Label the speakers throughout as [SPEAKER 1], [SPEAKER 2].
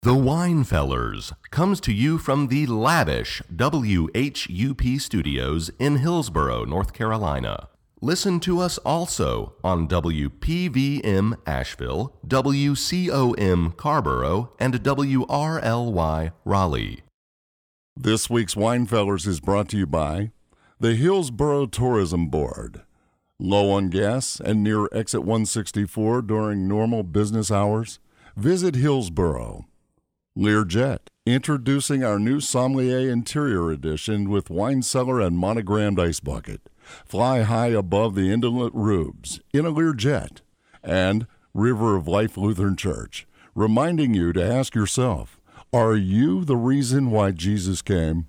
[SPEAKER 1] The Wine Fellers comes to you from the lavish WHUP studios in Hillsboro, North Carolina. Listen to us also on WPVM Asheville, WCOM Carborough, and WRLY Raleigh.
[SPEAKER 2] This week's Winefellers is brought to you by the Hillsborough Tourism Board. Low on gas and near exit 164 during normal business hours? Visit Hillsborough. Learjet, introducing our new Sommelier Interior Edition with wine cellar and monogrammed ice bucket. Fly high above the indolent rubes in a Learjet. And River of Life Lutheran Church, reminding you to ask yourself Are you the reason why Jesus came?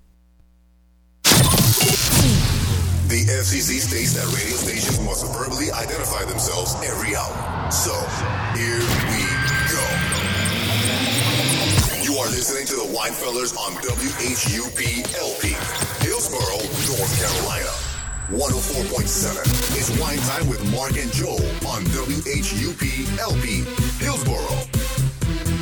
[SPEAKER 3] The FCC states that radio stations must verbally identify themselves every hour. So, here we go. You are listening to the Winefellers on WHUP LP, Hillsboro, North Carolina. 104.7 is Wine Time with Mark and Joel on WHUP LP, Hillsboro.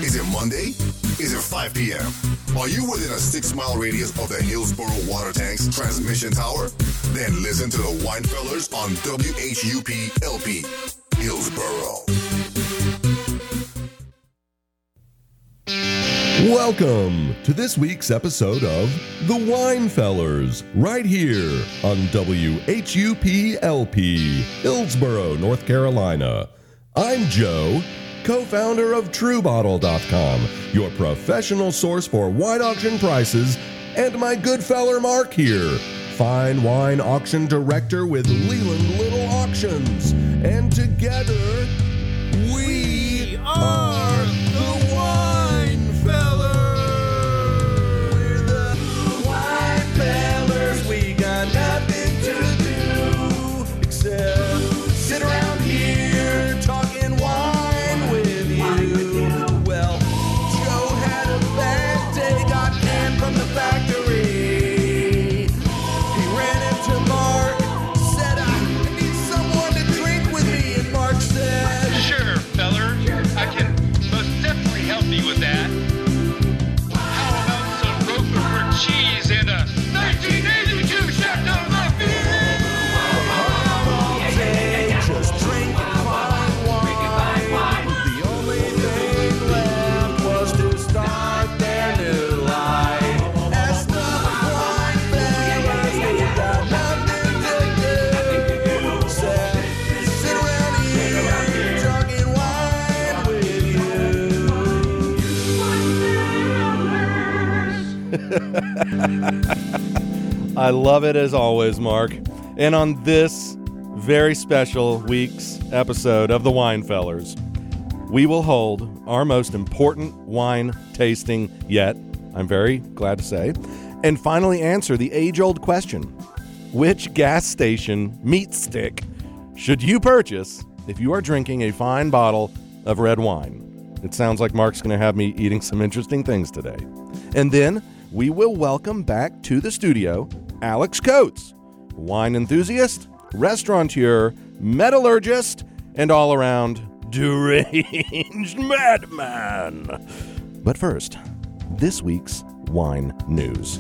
[SPEAKER 3] Is it Monday? Is it 5 p.m.? Are you within a six mile radius of the Hillsboro Water Tank's transmission tower? Then listen to the Winefellers on WHUP LP, Hillsboro.
[SPEAKER 1] Welcome to this week's episode of The Wine Fellers, right here on WHUPLP, Hillsboro, North Carolina. I'm Joe, co founder of TrueBottle.com, your professional source for wine auction prices, and my good feller Mark here, fine wine auction director with Leland Little Auctions. And together, we are the wine fellers. We're the wine fellers. We got nothing to do except sit around here talking wine with you. Well, Joe had a bad day, got canned from the factory. He ran into Mark, said, I need someone to drink with me. And Mark said,
[SPEAKER 4] Sure, feller. I can most definitely help you with that. How about some Roquefort cheese and a 1982 Chateau Lafite?
[SPEAKER 3] Just drink fine wine. The only thing left was to start their new life. As the wine fellers without nothing to do, said, sit around here talking wine with you.
[SPEAKER 5] I love it as always, Mark. And on this very special week's episode of The Wine Fellers, we will hold our most important wine tasting yet, I'm very glad to say, and finally answer the age old question Which gas station meat stick should you purchase if you are drinking a fine bottle of red wine? It sounds like Mark's going to have me eating some interesting things today. And then we will welcome back to the studio Alex Coates, wine enthusiast, restaurateur, metallurgist, and all around deranged madman. But first, this week's wine news.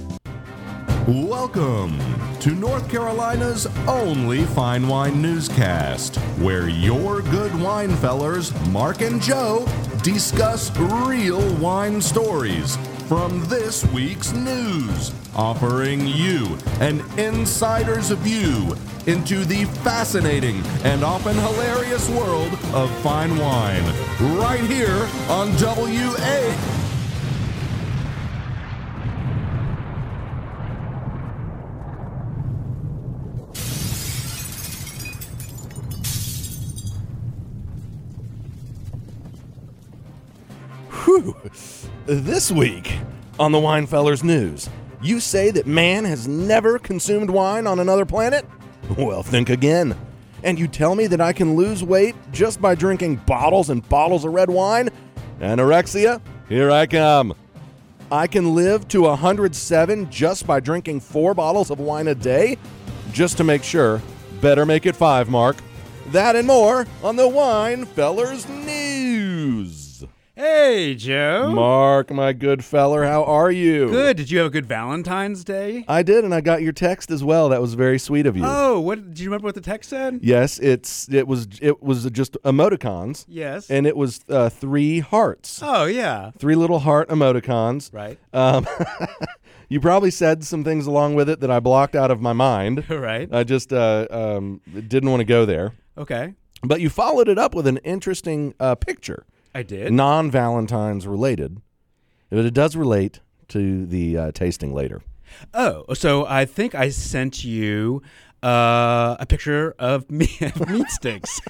[SPEAKER 1] Welcome to North Carolina's only fine wine newscast, where your good wine fellers, Mark and Joe, discuss real wine stories from this week's news, offering you an insider's view into the fascinating and often hilarious world of fine wine, right here on WA.
[SPEAKER 5] This week on the Winefellers News, you say that man has never consumed wine on another planet? Well, think again. And you tell me that I can lose weight just by drinking bottles and bottles of red wine? Anorexia? Here I come. I can live to 107 just by drinking four bottles of wine a day? Just to make sure, better make it five, Mark. That and more on the Winefellers News.
[SPEAKER 6] Hey, Joe.
[SPEAKER 5] Mark, my good feller, how are you?
[SPEAKER 6] Good. Did you have a good Valentine's Day?
[SPEAKER 5] I did, and I got your text as well. That was very sweet of you.
[SPEAKER 6] Oh, what? Do you remember what the text said?
[SPEAKER 5] Yes, it's it was it was just emoticons,
[SPEAKER 6] Yes.
[SPEAKER 5] and it was uh, three hearts,
[SPEAKER 6] oh, yeah.
[SPEAKER 5] three little heart emoticons.
[SPEAKER 6] Right.
[SPEAKER 5] Um, you probably said some things along with it that I blocked out of my mind.
[SPEAKER 6] Right.
[SPEAKER 5] I just uh, um, didn't want to go there.
[SPEAKER 6] Okay.
[SPEAKER 5] But you followed it up with an interesting uh, picture,
[SPEAKER 6] I did.
[SPEAKER 5] non Valentine's related, but it does relate to the uh, tasting later.
[SPEAKER 6] Oh, so I think I sent you uh, a picture of me meat sticks.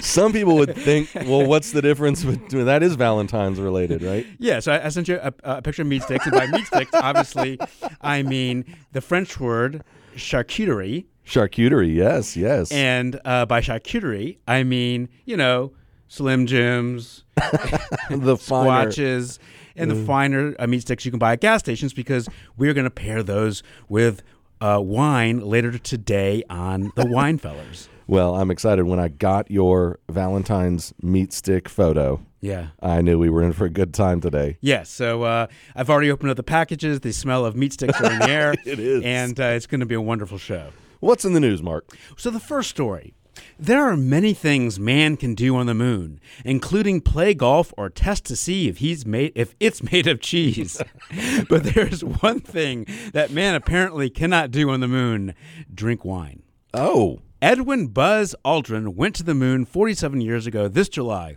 [SPEAKER 5] Some people would think, well, what's the difference? Between, that is Valentine's related, right?
[SPEAKER 6] yeah, so I, I sent you a, a picture of meat sticks, and by meat sticks, obviously, I mean the French word charcuterie,
[SPEAKER 5] Charcuterie, yes, yes.
[SPEAKER 6] and uh, by charcuterie, I mean you know Slim Jims,
[SPEAKER 5] the finer.
[SPEAKER 6] squatches and the finer uh, meat sticks you can buy at gas stations because we're going to pair those with uh, wine later today on the Wine Fellers.
[SPEAKER 5] Well, I'm excited. When I got your Valentine's meat stick photo,
[SPEAKER 6] Yeah.
[SPEAKER 5] I knew we were in for a good time today.
[SPEAKER 6] Yeah, so uh, I've already opened up the packages. The smell of meat sticks are in the air. it is. And uh, it's going to be a wonderful show.
[SPEAKER 5] What's in the news, Mark?
[SPEAKER 6] So, the first story there are many things man can do on the moon, including play golf or test to see if he's made if it's made of cheese. but there's one thing that man apparently cannot do on the moon drink wine.
[SPEAKER 5] Oh,
[SPEAKER 6] Edwin Buzz Aldrin went to the moon 47 years ago this July,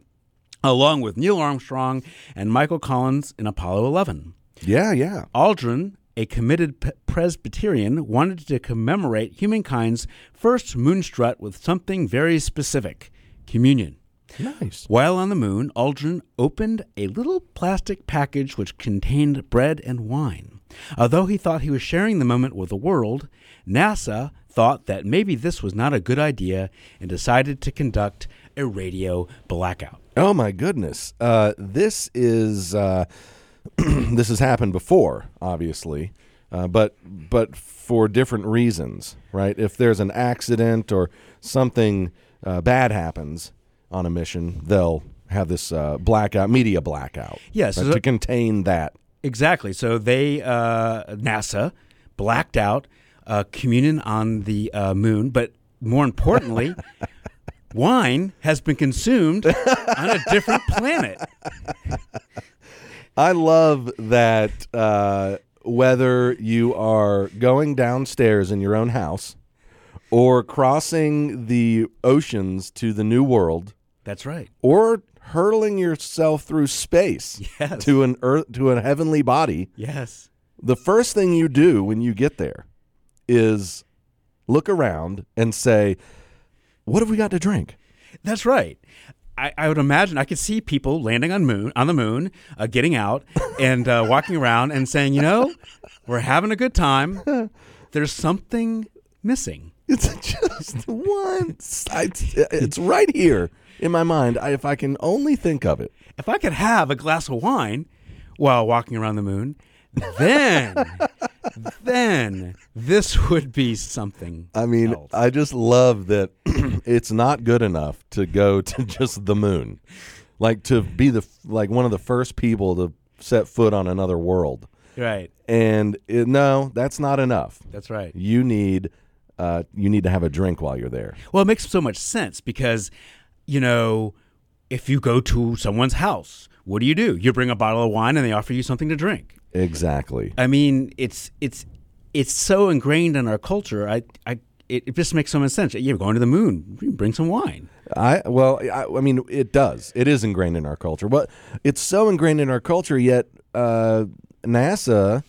[SPEAKER 6] along with Neil Armstrong and Michael Collins in Apollo 11.
[SPEAKER 5] yeah, yeah.
[SPEAKER 6] Aldrin, a committed P- Presbyterian, wanted to commemorate humankind's first moonstrut with something very specific communion.
[SPEAKER 5] Nice.
[SPEAKER 6] While on the moon, Aldrin opened a little plastic package which contained bread and wine. Although he thought he was sharing the moment with the world, NASA thought that maybe this was not a good idea and decided to conduct a radio blackout.
[SPEAKER 5] Oh my goodness. Uh, this is uh, this has happened before, obviously, uh, but but for different reasons, right? If there's an accident or something uh, bad happens on a mission, they'll have this uh, blackout, media blackout,
[SPEAKER 6] Yes,
[SPEAKER 5] right,
[SPEAKER 6] so-
[SPEAKER 5] to contain that.
[SPEAKER 6] Exactly. So they uh, NASA blacked out uh, communion on the uh, moon, but more importantly, wine has been consumed on a different planet.
[SPEAKER 5] I love that uh, whether you are going downstairs in your own house or crossing the oceans to the new world
[SPEAKER 6] That's right.
[SPEAKER 5] or hurling yourself through space
[SPEAKER 6] Yes.
[SPEAKER 5] to an earth to a heavenly body,
[SPEAKER 6] Yes.
[SPEAKER 5] the first thing you do when you get there is look around and say, "What have we got to drink?"
[SPEAKER 6] That's right. I, I would imagine I could see people landing on moon on the moon, uh, getting out and uh, walking around and saying, you know, we're having a good time. There's something missing.
[SPEAKER 5] It's just one. I, it's right here in my mind. I, if I can only think of it.
[SPEAKER 6] if I could have a glass of wine while walking around the moon, then, then this would be something.
[SPEAKER 5] I mean,
[SPEAKER 6] else.
[SPEAKER 5] I just love that it's not good enough to go to just the moon, like to be the like one of the first people to set foot on another world.
[SPEAKER 6] right.
[SPEAKER 5] eh, And it, no, that's not enough.
[SPEAKER 6] That's right.
[SPEAKER 5] You need, uh, you need to have a drink while you're there.
[SPEAKER 6] Well, it makes so much sense because, you know, if you go to someone's house, what do you do? You bring a bottle of wine and they offer you something to drink.
[SPEAKER 5] Exactly.
[SPEAKER 6] I mean, it's it's it's so ingrained in our culture. I I it, it just makes so much sense. You're going to the moon. Bring some wine.
[SPEAKER 5] I well, I, I mean, it does. It is ingrained in our culture, but it's so ingrained in our culture. Yet uh, NASA,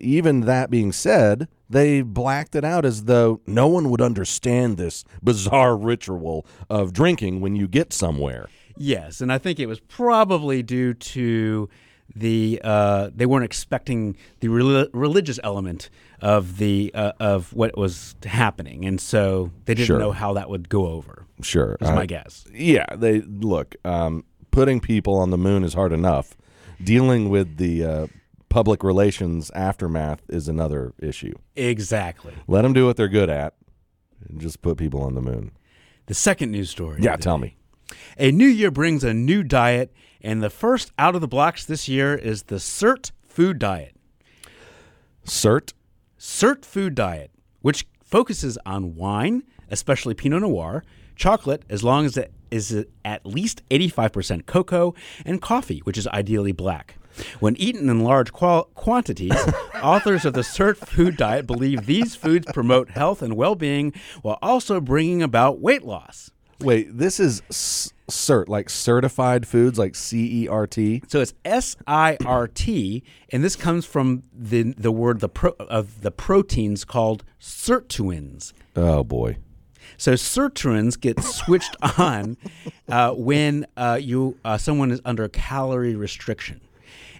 [SPEAKER 5] even that being said, they blacked it out as though no one would understand this bizarre ritual of drinking when you get somewhere.
[SPEAKER 6] Yes, and I think it was probably due to the uh, they weren't expecting the rel- religious element of the uh, of what was happening, and so they didn't
[SPEAKER 5] Sure.
[SPEAKER 6] know how that would go over.
[SPEAKER 5] Sure,
[SPEAKER 6] Is
[SPEAKER 5] I-
[SPEAKER 6] my guess.
[SPEAKER 5] Yeah, they look. Um, putting people on the moon is hard enough. Dealing with the uh, public relations aftermath is another issue.
[SPEAKER 6] Exactly.
[SPEAKER 5] Let them do what they're good at, and just put people on the moon.
[SPEAKER 6] The second news story.
[SPEAKER 5] Yeah,
[SPEAKER 6] of the
[SPEAKER 5] tell
[SPEAKER 6] day.
[SPEAKER 5] me.
[SPEAKER 6] A new year brings a new diet, and the first out of the blocks this year is the CERT food diet.
[SPEAKER 7] Cert.
[SPEAKER 6] CERT food diet, which focuses on wine, especially Pinot Noir, chocolate, as long as it is at least 85% cocoa, and coffee, which is ideally black. When eaten in large qual- quantities, authors of the CERT food diet believe these foods promote health and well being while also bringing about weight loss.
[SPEAKER 5] Wait, this is s- cert, like certified foods, like C E R T.
[SPEAKER 6] So it's S I R T, and this comes from the the word the pro, of the proteins called sirtuins.
[SPEAKER 5] Oh boy.
[SPEAKER 6] So sirtuins get switched on uh, when uh, you uh, someone is under calorie restriction,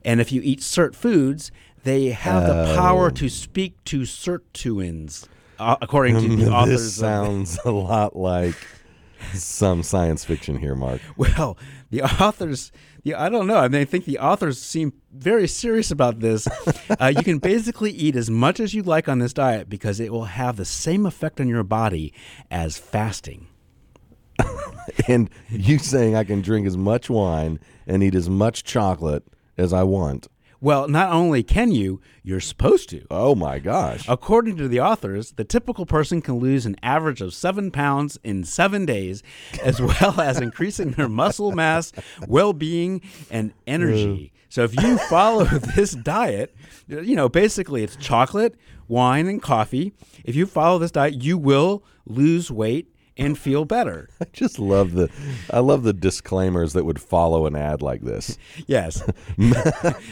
[SPEAKER 6] and if you eat cert foods, they have the
[SPEAKER 5] Oh.
[SPEAKER 6] power to speak to sirtuins, uh, according to the authors.
[SPEAKER 5] This
[SPEAKER 6] of the-
[SPEAKER 5] sounds a lot like some science fiction here, Mark.
[SPEAKER 6] Well, the authors, yeah, I don't know. I mean, I think the authors seem very serious about this. uh, you can basically eat as much as you like on this diet because it will have the same effect on your body as fasting.
[SPEAKER 5] And you saying I can drink as much wine and eat as much chocolate as I want.
[SPEAKER 6] Well, not only can you, you're supposed to.
[SPEAKER 5] Oh my gosh.
[SPEAKER 6] According to the authors, the typical person can lose an average of seven pounds in seven days, as well as increasing their muscle mass, well being, and energy. So if you follow this diet, you know, basically it's chocolate, wine, and coffee. If you follow this diet, you will lose weight and feel better.
[SPEAKER 5] I just love the I love the disclaimers that would follow an ad like this.
[SPEAKER 6] Yes.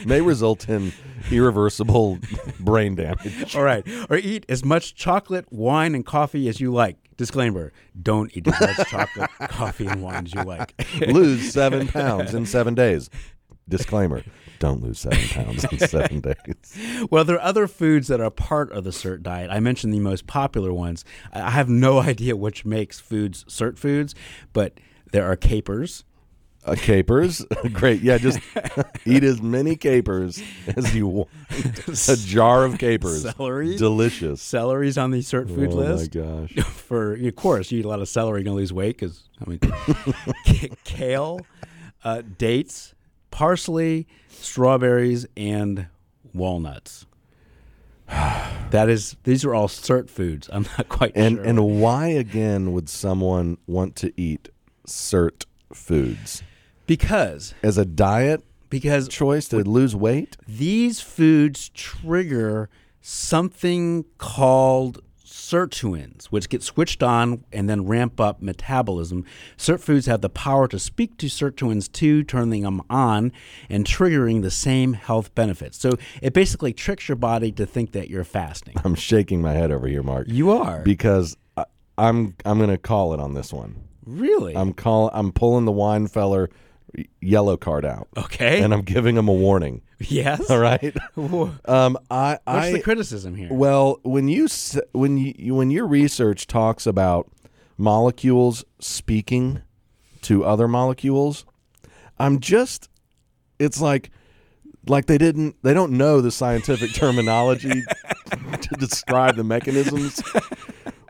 [SPEAKER 5] May result in irreversible brain damage.
[SPEAKER 6] All right. Or eat as much chocolate, wine, and coffee as you like. Disclaimer don't eat as much chocolate, coffee, and wine as you like.
[SPEAKER 5] lose seven pounds in seven days. Disclaimer: Don't lose seven pounds in seven days.
[SPEAKER 6] Well, there are other foods that are part of the cert diet. I mentioned the most popular ones. I I have no idea which makes foods cert foods, but there are capers.
[SPEAKER 5] Uh, capers, great. Yeah, just eat as many capers as you want. A jar of capers,
[SPEAKER 6] Celery?
[SPEAKER 5] delicious.
[SPEAKER 6] Celery's on the cert food
[SPEAKER 5] oh
[SPEAKER 6] list.
[SPEAKER 5] my gosh!
[SPEAKER 6] For of course, you eat a lot of celery, you're gonna lose weight because I mean, ca- kale, uh, dates, parsley, strawberries, and walnuts. That is, these are all cert foods. I'm not quite
[SPEAKER 5] And
[SPEAKER 6] sure.
[SPEAKER 5] and why again would someone want to eat cert foods
[SPEAKER 6] because
[SPEAKER 5] as a diet
[SPEAKER 6] because
[SPEAKER 5] choice to lose weight?
[SPEAKER 6] these foods trigger something called sirtuins, which get switched on and then ramp up metabolism. Cert foods have the power to speak to sirtuins too, turning them on and triggering the same health benefits. So it basically tricks your body to think that you're fasting.
[SPEAKER 5] I'm shaking my head over here, Mark.
[SPEAKER 6] You are
[SPEAKER 5] Um, because I, I'm I'm going to call it on this one.
[SPEAKER 6] really
[SPEAKER 5] I'm call I'm pulling the wine feller yellow card out.
[SPEAKER 6] Okay.
[SPEAKER 5] And I'm giving him a warning.
[SPEAKER 6] yes.
[SPEAKER 5] All right.
[SPEAKER 6] Wha-
[SPEAKER 5] Um I
[SPEAKER 6] What's
[SPEAKER 5] I
[SPEAKER 6] the criticism here?
[SPEAKER 5] well, when you s- when you when your research talks about molecules speaking to other molecules, I'm just it's like like they didn't they don't know the scientific terminology to describe the mechanisms.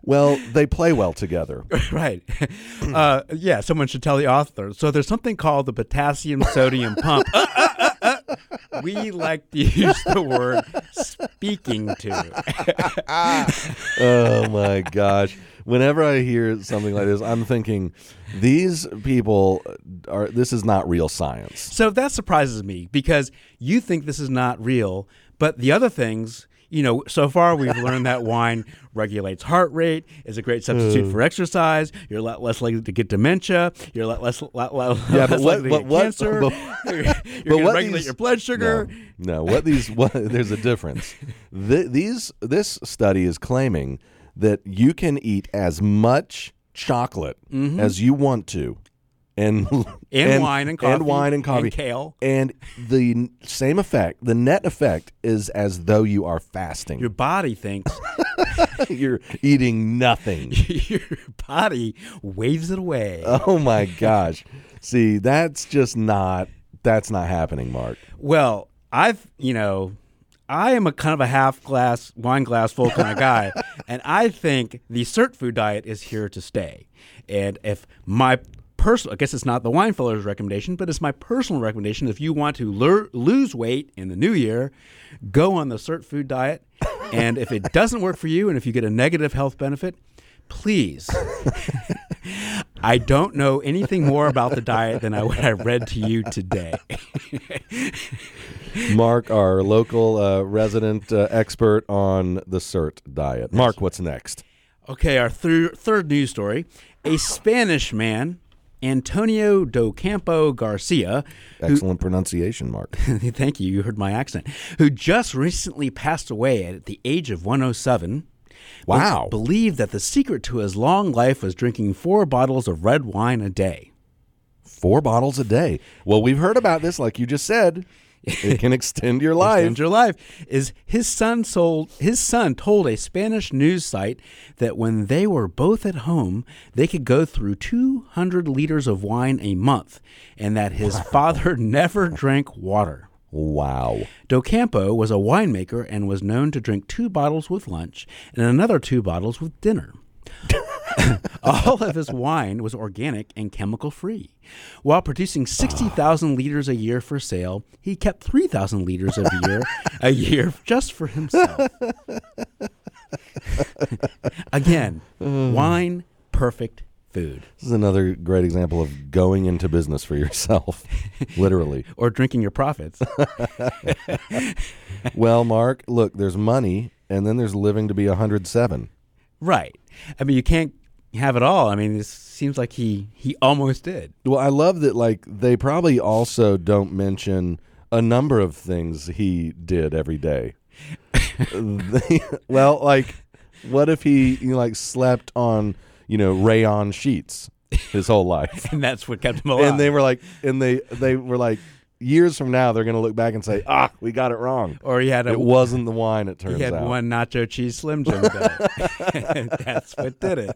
[SPEAKER 5] Well, they play well together.
[SPEAKER 6] Right. Uh, yeah, someone should tell the author. So there's something called the potassium sodium pump. Uh, uh, uh, uh. We like to use the word speaking to.
[SPEAKER 5] oh my gosh. Whenever I hear something like this, I'm thinking these people are this is not real science.
[SPEAKER 6] So that surprises me because you think this is not real, but the other things, you know, so far we've learned that wine regulates heart rate, is a great substitute
[SPEAKER 5] Mm.
[SPEAKER 6] for exercise, you're a lot less likely to get dementia, you're a lot less, lot, lot,
[SPEAKER 5] Yeah,
[SPEAKER 6] less
[SPEAKER 5] but what-
[SPEAKER 6] likely
[SPEAKER 5] but
[SPEAKER 6] to get
[SPEAKER 5] what-
[SPEAKER 6] cancer,
[SPEAKER 5] but-
[SPEAKER 6] you're,
[SPEAKER 5] but
[SPEAKER 6] going to
[SPEAKER 5] what
[SPEAKER 6] regulate
[SPEAKER 5] these-
[SPEAKER 6] your blood sugar.
[SPEAKER 5] No, no, what these what there's a difference. Th- these this study is claiming that you can eat as much chocolate as you want to and
[SPEAKER 6] Mm-hmm. And wine and coffee
[SPEAKER 5] and wine and
[SPEAKER 6] and
[SPEAKER 5] coffee
[SPEAKER 6] kale.
[SPEAKER 5] and the n- same effect the net effect is as though you are fasting
[SPEAKER 6] Your body thinks
[SPEAKER 5] you're eating nothing
[SPEAKER 6] your body waves it away.
[SPEAKER 5] Oh my gosh. See, that's just not that's not happening, Mark.
[SPEAKER 6] well, I've you know, I am a kind of a half glass wine glass full kind of guy, and I think the cert food diet is here to stay. And if my personal, I guess it's not the Weinfeller's recommendation, but it's my personal recommendation. If you want to lure, lose weight in the new year, go on the CERT food diet. And if it doesn't work for you and if you get a negative health benefit, please. I don't know anything more about the diet than I, what I read to you today.
[SPEAKER 5] Mark, our local uh, resident uh, expert on the CERT diet. Mark, what's next?
[SPEAKER 6] Okay, our thir- third news story. A Spanish man, Antonio do Campo Garcia, who,
[SPEAKER 5] Excellent pronunciation, Mark.
[SPEAKER 6] thank you, you heard my accent, who just recently passed away at the age of 107. was
[SPEAKER 5] Wow.
[SPEAKER 6] Believed that the secret to his long life was drinking four bottles of red wine a day.
[SPEAKER 5] Four bottles a day. Well, we've heard about this, like you just said. It can extend your life.
[SPEAKER 6] extend your life is his son sold his son told a Spanish news site that when they were both at home they could go through 200 liters of wine a month and that his father never drank water.
[SPEAKER 5] Wow.
[SPEAKER 6] Docampo was a winemaker and was known to drink two bottles with lunch and another two bottles with dinner. All of his wine was organic and chemical free. While producing 60,000 liters a year for sale, he kept 3,000 liters of year a year just for himself. Again, wine perfect food
[SPEAKER 5] This is another great example of going into business for yourself, literally.
[SPEAKER 6] or drinking your profits.
[SPEAKER 5] Well, Mark, look, there's money, and then there's living to be 107.
[SPEAKER 6] right. I mean, you can't have it all. I mean, it seems like he he almost did.
[SPEAKER 5] Well, I love that, like, they probably also don't mention a number of things he did every day. They- well, like, what if he, you know, like, slept on, you know, rayon sheets his whole life?
[SPEAKER 6] and that's what kept him alive.
[SPEAKER 5] And they were like, and they, they were like, years from now, they're going to look back and say, ah, we got it wrong.
[SPEAKER 6] or he had a,
[SPEAKER 5] It wasn't the wine, it turns
[SPEAKER 6] he had
[SPEAKER 5] out.
[SPEAKER 6] one nacho cheese slim jim. bag. that's what did it.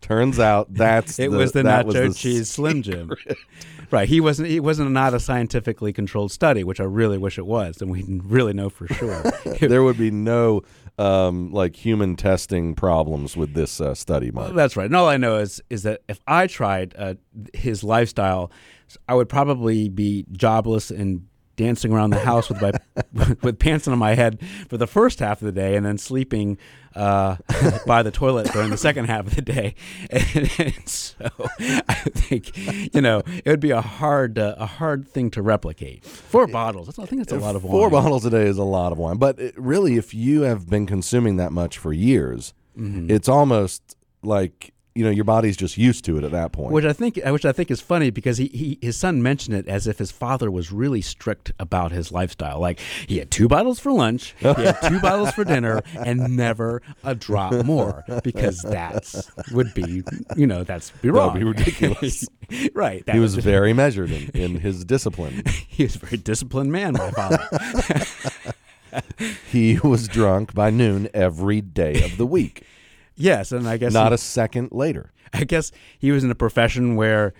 [SPEAKER 5] Turns out that's
[SPEAKER 6] It was the
[SPEAKER 5] that
[SPEAKER 6] nacho
[SPEAKER 5] was the
[SPEAKER 6] cheese slim jim. Right, he wasn't. It wasn't not a scientifically controlled study, which I really wish it was, and we didn't really know for sure.
[SPEAKER 5] There would be no um, like human testing problems with this uh, study, Mark.
[SPEAKER 6] that's right. And all I know is is that if I tried uh, his lifestyle, I would probably be jobless and dancing around the house with my with pants on my head for the first half of the day, and then sleeping uh, by the toilet during the second half of the day. And, so I think you know it would be a hard uh, a hard thing to replicate. Four bottles. That's, I think that's a lot of wine.
[SPEAKER 5] Four bottles a day is a lot of wine, but it, really, if you have been consuming that much for years,
[SPEAKER 6] Mm-hmm.
[SPEAKER 5] it's almost like you know your body's just used to it at that point.
[SPEAKER 6] Which I think, which I think is funny because he, he his son mentioned it as if his father was really strict about his lifestyle. Like he had two bottles for lunch, he had two bottles for dinner, and never a drop more because that's would be you know that's be
[SPEAKER 5] That
[SPEAKER 6] wrong.
[SPEAKER 5] would be ridiculous.
[SPEAKER 6] right? That
[SPEAKER 5] he was
[SPEAKER 6] would-
[SPEAKER 5] very measured in, in his discipline.
[SPEAKER 6] he was a very disciplined man, my father.
[SPEAKER 5] He was drunk by noon every day of the week,
[SPEAKER 6] yes, and I guess
[SPEAKER 5] not
[SPEAKER 6] he,
[SPEAKER 5] a second later.
[SPEAKER 6] I guess he was in a profession where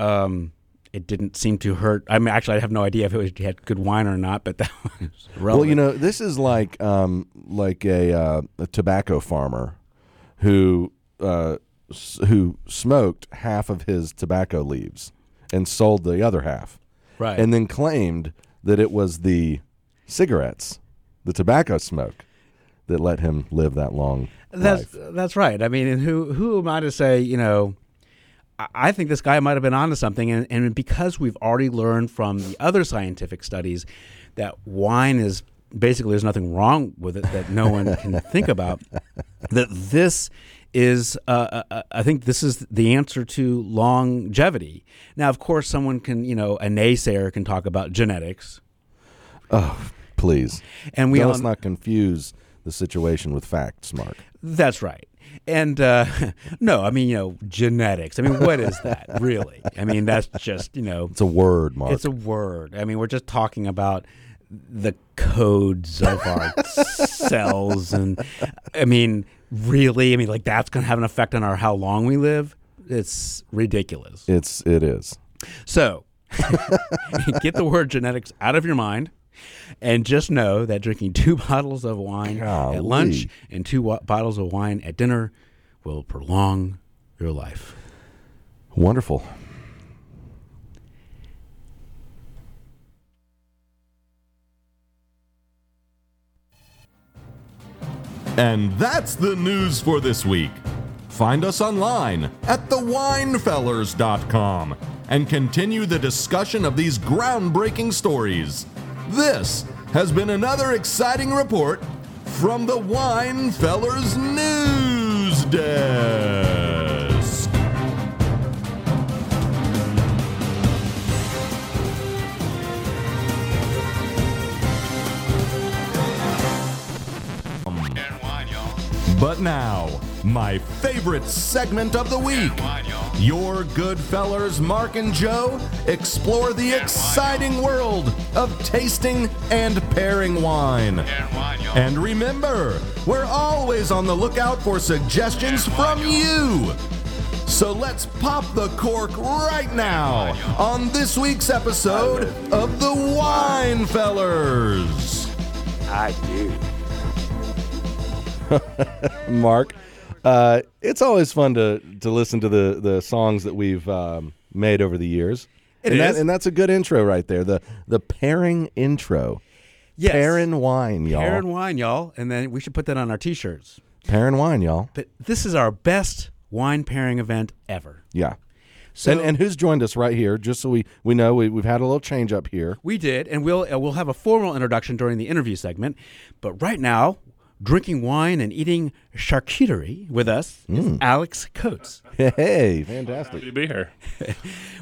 [SPEAKER 6] um, it didn't seem to hurt. I mean, actually, I have no idea if it was, he had good wine or not, but that was relevant.
[SPEAKER 5] Well, you know, this is like um, like a, uh, a tobacco farmer who uh, s- who smoked half of his tobacco leaves and sold the other half,
[SPEAKER 6] Right.
[SPEAKER 5] And then claimed that it was the cigarettes, the tobacco smoke, that let him live that long
[SPEAKER 6] That's
[SPEAKER 5] life.
[SPEAKER 6] that's right. I mean, and who who am I to say? You know, I, I think this guy might have been onto something, and, and because we've already learned from the other scientific studies that wine is basically there's nothing wrong with it that no one can think about. That this is, uh, uh, I think this is the answer to longevity. Now, of course, someone can, you know, a naysayer can talk about genetics,
[SPEAKER 5] Please,
[SPEAKER 6] and we um,
[SPEAKER 5] Now
[SPEAKER 6] all
[SPEAKER 5] let's not confuse the situation with facts, Mark.
[SPEAKER 6] That's right. And uh, no, I mean, you know, genetics. I mean, what is that really? I mean, that's just, you know,
[SPEAKER 5] It's a word, Mark.
[SPEAKER 6] it's a word. I mean, we're just talking about the codes of our cells. And I mean, really? I mean, like, that's going to have an effect on our how long we live? It's ridiculous.
[SPEAKER 5] it's it is.
[SPEAKER 6] So get the word genetics out of your mind. And just know that drinking two bottles of wine
[SPEAKER 5] Golly.
[SPEAKER 6] at lunch and two wa- bottles of wine at dinner will prolong your life.
[SPEAKER 5] Wonderful.
[SPEAKER 1] And that's the news for this week. Find us online at thewinefellers.com and continue the discussion of these groundbreaking stories. This has been another exciting report from the Wine Fellers News Desk.
[SPEAKER 8] And wine, y'all.
[SPEAKER 1] But now, my favorite segment of the week.
[SPEAKER 8] Wine, y'all.
[SPEAKER 1] Your good fellers, Mark and Joe, explore the exciting world of tasting and pairing wine.
[SPEAKER 8] And wine, y'all.
[SPEAKER 1] And remember, we're always on the lookout for suggestions from you. So let's pop the cork right now on this week's episode of The Wine Fellers.
[SPEAKER 7] Mark. Uh, it's always fun to to listen to the the songs that we've um, made over the years.
[SPEAKER 6] It
[SPEAKER 5] and,
[SPEAKER 6] is.
[SPEAKER 5] and that's a good intro right there. The the pairing intro.
[SPEAKER 6] Yes.
[SPEAKER 5] Pairing wine, y'all.
[SPEAKER 6] Pear and wine, y'all. And then we should put that on our t shirts.
[SPEAKER 5] Pairing wine, y'all.
[SPEAKER 6] But this is our best wine pairing event ever.
[SPEAKER 5] Yeah.
[SPEAKER 6] So
[SPEAKER 5] and, and who's joined us right here? Just so we, we know, we, we've had a little change up here.
[SPEAKER 6] we did, and we'll uh, we'll have a formal introduction during the interview segment. But right now, drinking wine and eating charcuterie with us is
[SPEAKER 5] Hmm.
[SPEAKER 6] Alex Coates.
[SPEAKER 5] Hey, fantastic.
[SPEAKER 4] Happy to be here.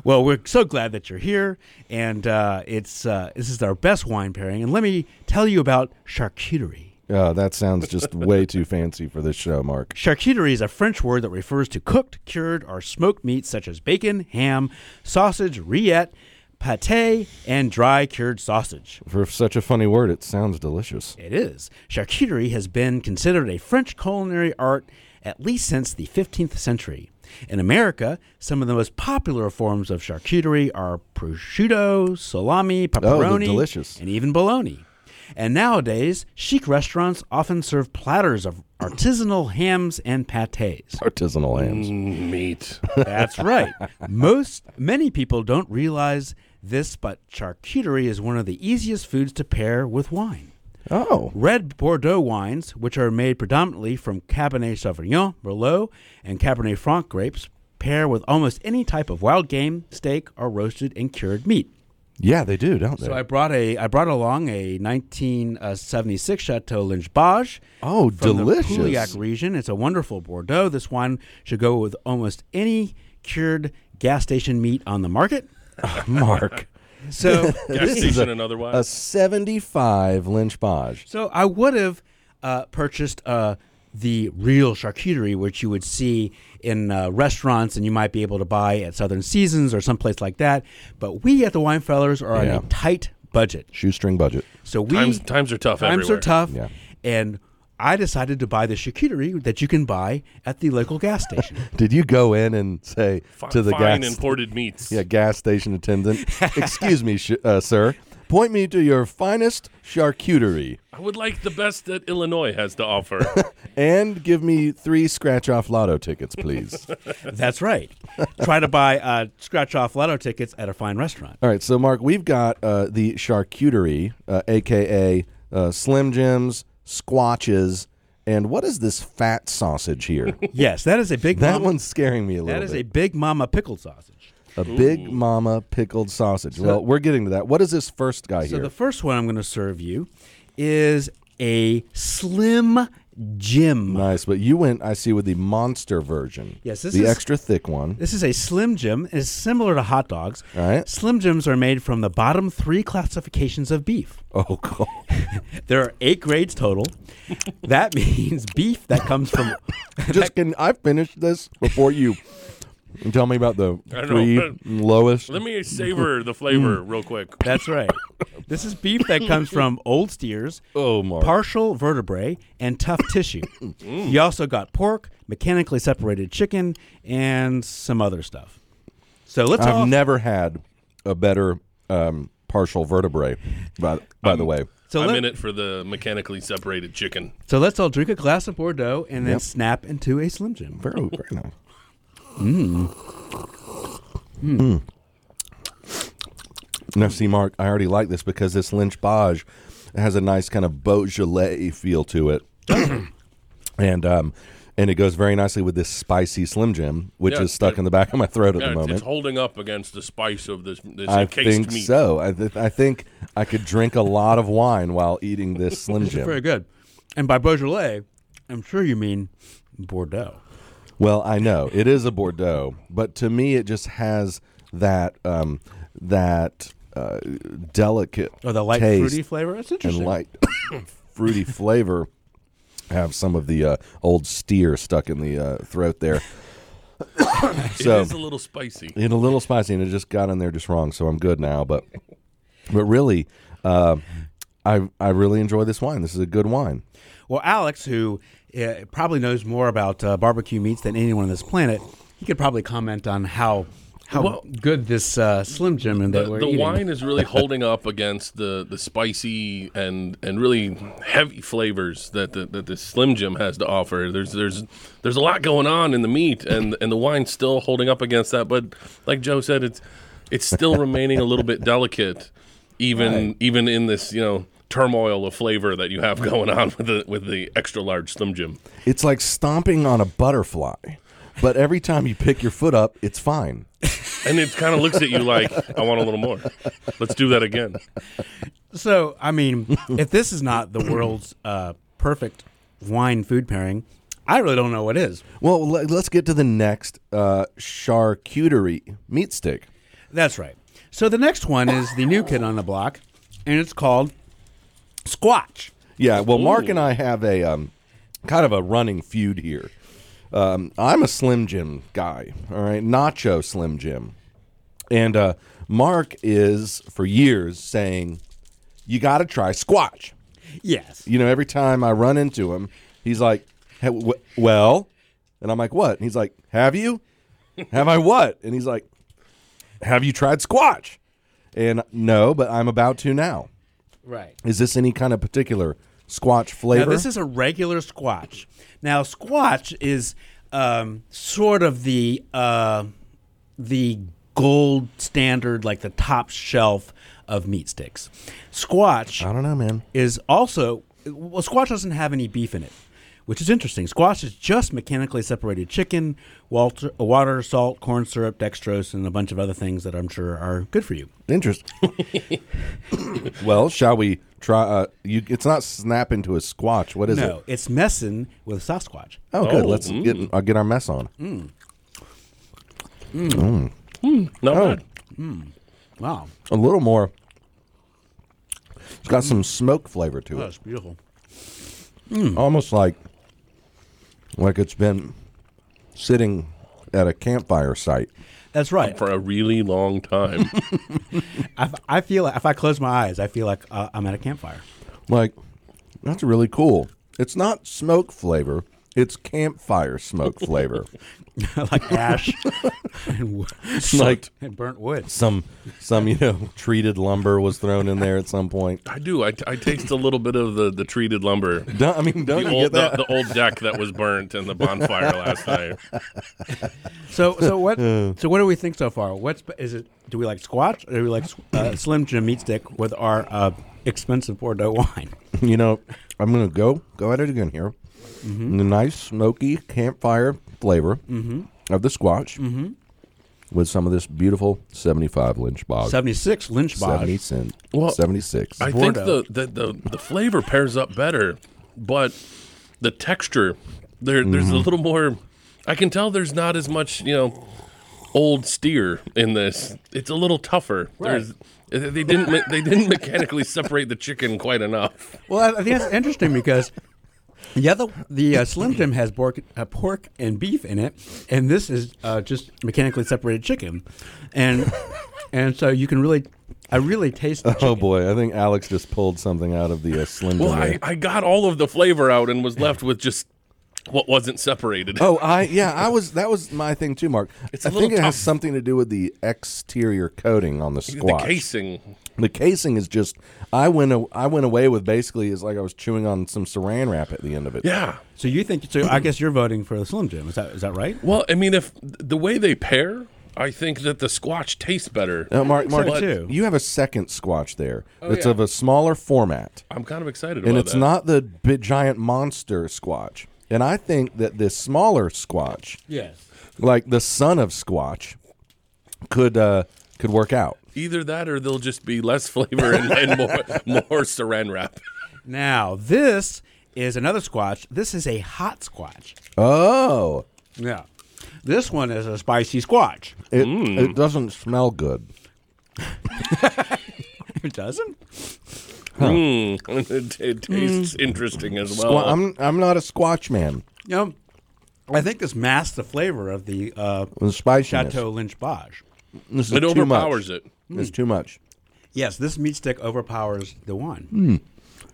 [SPEAKER 6] Well, we're so glad that you're here, and uh, it's uh, this is our best wine pairing. And let me tell you about charcuterie.
[SPEAKER 5] Oh, that sounds just way too fancy for this show, Mark.
[SPEAKER 6] Charcuterie is a French word that refers to cooked, cured, or smoked meats such as bacon, ham, sausage, rillette, pate, and dry cured sausage.
[SPEAKER 5] For such a funny word, it sounds delicious.
[SPEAKER 6] It is. Charcuterie has been considered a French culinary art at least since the 15th century. In America, some of the most popular forms of charcuterie are prosciutto, salami, pepperoni,
[SPEAKER 5] delicious.
[SPEAKER 6] and even bologna. And nowadays, chic restaurants often serve platters of artisanal hams and pates.
[SPEAKER 5] Artisanal hams.
[SPEAKER 4] Mm. Meat.
[SPEAKER 6] That's right. Most many people don't realize this, but charcuterie is one of the easiest foods to pair with wine.
[SPEAKER 5] Oh,
[SPEAKER 6] Red Bordeaux wines, which are made predominantly from Cabernet Sauvignon, Merlot, and Cabernet Franc grapes, pair with almost any type of wild game, steak, or roasted and cured meat.
[SPEAKER 5] yeah, they do, don't they?
[SPEAKER 6] So I brought a I brought along a 1976 Chateau Linge Bage.
[SPEAKER 5] Oh,
[SPEAKER 6] from
[SPEAKER 5] delicious.
[SPEAKER 6] The Pouillac region. It's a wonderful Bordeaux. This wine should go with almost any cured gas station meat on the market.
[SPEAKER 5] Mark.
[SPEAKER 6] So
[SPEAKER 4] Gas
[SPEAKER 5] is
[SPEAKER 4] station
[SPEAKER 5] a-
[SPEAKER 4] and
[SPEAKER 5] a
[SPEAKER 4] otherwise.
[SPEAKER 5] 75 Lynch Bage.
[SPEAKER 6] So I would have uh, purchased uh, the real charcuterie, which you would see in uh, restaurants and you might be able to buy at Southern Seasons or someplace like that. But we at the Winefellers are
[SPEAKER 5] Yeah.
[SPEAKER 6] on a tight budget.
[SPEAKER 5] Shoestring budget.
[SPEAKER 6] So we
[SPEAKER 4] Times- times are tough
[SPEAKER 6] Times
[SPEAKER 4] everywhere.
[SPEAKER 6] are tough.
[SPEAKER 5] Yeah.
[SPEAKER 6] And I decided to buy the charcuterie that you can buy at the local gas station.
[SPEAKER 5] Did you go in and say
[SPEAKER 4] Fi-
[SPEAKER 5] to the
[SPEAKER 4] fine
[SPEAKER 5] gas,
[SPEAKER 4] imported meats.
[SPEAKER 5] yeah, gas station attendant, excuse me, sh- uh, sir, point me to your finest charcuterie
[SPEAKER 4] I would like the best that Illinois has to offer.
[SPEAKER 5] and give me three scratch off lotto tickets, please?
[SPEAKER 6] That's right. Try to buy uh, scratch off lotto tickets at a fine restaurant.
[SPEAKER 5] All right, so Mark, we've got uh, the charcuterie, uh, aka uh, Slim Jims, squatches, and what is this fat sausage here?
[SPEAKER 6] Yes, that is a big
[SPEAKER 5] that
[SPEAKER 6] mama,
[SPEAKER 5] one's scaring me a little
[SPEAKER 6] that is a
[SPEAKER 5] bit.
[SPEAKER 6] big mama pickled sausage.
[SPEAKER 5] A, big mama pickled sausage. well, we're getting to that. What is this first guy
[SPEAKER 6] So
[SPEAKER 5] here?
[SPEAKER 6] the first one I'm going to serve you is a Slim Jim.
[SPEAKER 5] nice, but you went, I see, with the monster version.
[SPEAKER 6] Yes, this
[SPEAKER 5] the
[SPEAKER 6] is-
[SPEAKER 5] extra thick one.
[SPEAKER 6] This is a Slim Jim. It's similar to hot dogs.
[SPEAKER 5] All right.
[SPEAKER 6] Slim Jims are made from the bottom three classifications of beef.
[SPEAKER 5] Oh god,
[SPEAKER 6] There are eight grades total. that means beef that comes from.
[SPEAKER 5] just can I finish this before you tell me about the
[SPEAKER 4] I don't
[SPEAKER 5] three
[SPEAKER 4] know.
[SPEAKER 5] lowest?
[SPEAKER 4] Let me savor the flavor real quick.
[SPEAKER 6] That's right. This is beef that comes from old steers,
[SPEAKER 5] Oh, Mark.
[SPEAKER 6] partial vertebrae, and tough tissue. You also got pork, mechanically separated chicken, and some other stuff. So let's
[SPEAKER 5] I've
[SPEAKER 6] all
[SPEAKER 5] never had a better um, partial vertebrae. By by
[SPEAKER 6] Um,
[SPEAKER 5] the way,
[SPEAKER 6] so
[SPEAKER 4] I'm
[SPEAKER 6] let-
[SPEAKER 4] in it for the mechanically separated chicken.
[SPEAKER 6] So let's all drink a glass of Bordeaux and then snap into a Slim Jim.
[SPEAKER 5] very very nice. Mm. Now, see, Mark, I already like this because this Lynch Bage has a nice kind of Beaujolais feel to it. and um, and it goes very nicely with this spicy Slim Jim, which
[SPEAKER 4] Yeah,
[SPEAKER 5] is stuck
[SPEAKER 4] it-
[SPEAKER 5] in the back of my throat at
[SPEAKER 4] Yeah,
[SPEAKER 5] the
[SPEAKER 4] it's, it's
[SPEAKER 5] moment.
[SPEAKER 4] holding up against the spice of this, this
[SPEAKER 5] I
[SPEAKER 4] encased
[SPEAKER 5] think
[SPEAKER 4] meat.
[SPEAKER 5] so. I, th- I think I could drink a lot of wine while eating this Slim Jim.
[SPEAKER 6] Very good. And by Beaujolais, I'm sure you mean Bordeaux.
[SPEAKER 5] Well, I know it is a Bordeaux, but to me, it just has that um, that uh, delicate
[SPEAKER 6] Or Oh, the light
[SPEAKER 5] taste
[SPEAKER 6] fruity flavor. That's
[SPEAKER 5] and
[SPEAKER 6] interesting.
[SPEAKER 5] light fruity flavor. Have some of the uh, old steer stuck in the uh, throat there.
[SPEAKER 4] It
[SPEAKER 5] So-
[SPEAKER 4] is a little spicy.
[SPEAKER 5] It's a little spicy, and it just got in there just wrong. So I'm good now, but but really, uh, I I really enjoy this wine. This is a good wine.
[SPEAKER 6] Well, Alex, who uh, probably knows more about uh, barbecue meats than anyone on this planet, he could probably comment on how how
[SPEAKER 4] Well-
[SPEAKER 6] good this uh, Slim Jim and that
[SPEAKER 4] The,
[SPEAKER 6] we're
[SPEAKER 4] the
[SPEAKER 6] eating.
[SPEAKER 4] wine is really holding up against the, the spicy and and really heavy flavors that the, that the Slim Jim has to offer. There's there's there's a lot going on in the meat, and and the wine's still holding up against that. But like Joe said, it's it's still remaining a little bit delicate, even even in this you know turmoil of flavor that you have going on with the with the extra large Slim Jim.
[SPEAKER 5] It's like stomping on a butterfly, but every time you pick your foot up, it's fine.
[SPEAKER 4] And it kind of looks at you like, I want a little more. Let's do that again.
[SPEAKER 6] So, I mean, if this is not the world's uh, perfect wine food pairing, I really don't know what is.
[SPEAKER 5] Well, let, us get to the next uh, charcuterie meat stick.
[SPEAKER 6] That's right. So the next one is the new kid on the block, and it's called Squatch.
[SPEAKER 5] Yeah, well, Mark and I have a um, kind of a running feud here. Um, I'm a Slim Jim guy, all right, Nacho Slim Jim, and uh, Mark is for years saying you got to try Squatch.
[SPEAKER 6] Yes.
[SPEAKER 5] You know, every time I run into him, he's like, "Hey, wh- "Well," and I'm like, "What?" And he's like, "Have you? Have I what?" And he's like, "Have you tried Squatch?" And no, but I'm about to now.
[SPEAKER 6] Right.
[SPEAKER 5] Is this any kind of particular squatch flavor?
[SPEAKER 6] Now, this is a regular squatch. Now, squatch is um, sort of the uh, the gold standard, like the top shelf of meat sticks. Squatch
[SPEAKER 5] I don't know, man.
[SPEAKER 6] is also well, squash doesn't have any beef in it, which is interesting. Squash is just mechanically separated chicken, walter, water, salt, corn syrup, dextrose, and a bunch of other things that I'm sure are good for you.
[SPEAKER 5] Interesting. well, shall we try? Uh, you, it's not snap into a squatch. What is
[SPEAKER 6] no, mm.
[SPEAKER 5] it?
[SPEAKER 6] it's messing with sasquatch.
[SPEAKER 5] Oh, good.
[SPEAKER 4] Oh,
[SPEAKER 5] Let's get uh, get our mess on.
[SPEAKER 4] Not bad.
[SPEAKER 6] Wow,
[SPEAKER 5] A little more. It's got some smoke flavor to it.
[SPEAKER 6] that's beautiful.
[SPEAKER 5] almost like like it's been sitting at a campfire site.
[SPEAKER 6] That's right.
[SPEAKER 4] For a really long time.
[SPEAKER 6] I, I feel like if I close my eyes, I feel like uh, I'm at a campfire.
[SPEAKER 5] Like that's really cool. It's not smoke flavor. It's campfire smoke flavor.
[SPEAKER 6] like ash and, wo-
[SPEAKER 5] It's like
[SPEAKER 6] and burnt wood.
[SPEAKER 5] some some you know treated lumber was thrown in there at some point.
[SPEAKER 4] I do. I, I taste a little bit of the, the treated lumber.
[SPEAKER 5] Don't, I
[SPEAKER 4] The
[SPEAKER 5] mean, don't you
[SPEAKER 4] old,
[SPEAKER 5] get
[SPEAKER 4] the,
[SPEAKER 5] that?
[SPEAKER 4] the old deck that was burnt in the bonfire last night.
[SPEAKER 6] So so what so what do we think so far? What's is it? Do we like squatch or do we like uh, Slim Jim meat stick with our uh, expensive Bordeaux wine?
[SPEAKER 5] you know, I'm gonna go go at it again here. The nice smoky campfire flavor of the squash with some of this beautiful 75 lynch bog.
[SPEAKER 6] Seventy six Lynch
[SPEAKER 5] Seventy
[SPEAKER 6] Bosch.
[SPEAKER 5] cent,
[SPEAKER 4] Well,
[SPEAKER 5] seventy six.
[SPEAKER 4] I think the, the, the, the flavor pairs up better, but the texture, there there's
[SPEAKER 6] Mm-hmm.
[SPEAKER 4] a little more. I can tell there's not as much, you know, old steer in this. It's a little tougher. There's, they didn't me- they didn't mechanically separate the chicken quite enough.
[SPEAKER 6] Well, I I think that's interesting because the other the uh, Slim Jim has pork, uh, pork and beef in it, and this is uh, just mechanically separated chicken, and and so you can really I really taste the
[SPEAKER 5] Oh
[SPEAKER 6] chicken.
[SPEAKER 5] boy, I think Alex just pulled something out of the uh, Slim Jim.
[SPEAKER 4] Well, I,
[SPEAKER 5] there.
[SPEAKER 4] I got all of the flavor out and was left with just what wasn't separated.
[SPEAKER 5] oh, I yeah, I was that was my thing too, Mark.
[SPEAKER 4] It's a
[SPEAKER 5] I think
[SPEAKER 4] little
[SPEAKER 5] it has
[SPEAKER 4] tough.
[SPEAKER 5] something to do with the exterior coating on the
[SPEAKER 4] the
[SPEAKER 5] squash.
[SPEAKER 4] casing.
[SPEAKER 5] The casing is just. I went. a- I went away with basically it's like I was chewing on some Saran wrap at the end of it.
[SPEAKER 4] Yeah.
[SPEAKER 6] So you think so? I guess you're voting for the Slim Jim. Is that is that right?
[SPEAKER 4] Well, I mean, if the way they pair, I think that the squash tastes better.
[SPEAKER 5] Uh, Mark, Mark,
[SPEAKER 4] so,
[SPEAKER 6] too.
[SPEAKER 5] you have a second squash there. it's of a smaller format,
[SPEAKER 4] Oh, I'm kind of excited
[SPEAKER 5] and
[SPEAKER 4] about
[SPEAKER 5] it's
[SPEAKER 4] that.
[SPEAKER 5] not the big, giant monster squash. And I think that this smaller squatch,
[SPEAKER 9] Yes.
[SPEAKER 5] like the son of squatch, could uh, could work out.
[SPEAKER 4] Either that, or there'll just be less flavor and, and more more saran wrap.
[SPEAKER 6] Now, this is another squatch. This is a hot squatch.
[SPEAKER 5] Oh,
[SPEAKER 6] Yeah. This one is a spicy squatch.
[SPEAKER 5] it,
[SPEAKER 4] Mm.
[SPEAKER 5] it doesn't smell good.
[SPEAKER 6] It doesn't?
[SPEAKER 4] Mm, it, it tastes interesting as well.
[SPEAKER 5] Well, I'm I'm not a squatch man.
[SPEAKER 6] No. I think this masks the flavor of the uh,
[SPEAKER 5] The spiciness.
[SPEAKER 6] Chateau Lynch Bosch.
[SPEAKER 5] This is
[SPEAKER 4] it
[SPEAKER 5] too
[SPEAKER 4] overpowers
[SPEAKER 5] much.
[SPEAKER 4] it.
[SPEAKER 5] It's too much.
[SPEAKER 6] Yes, this meat stick overpowers the wine.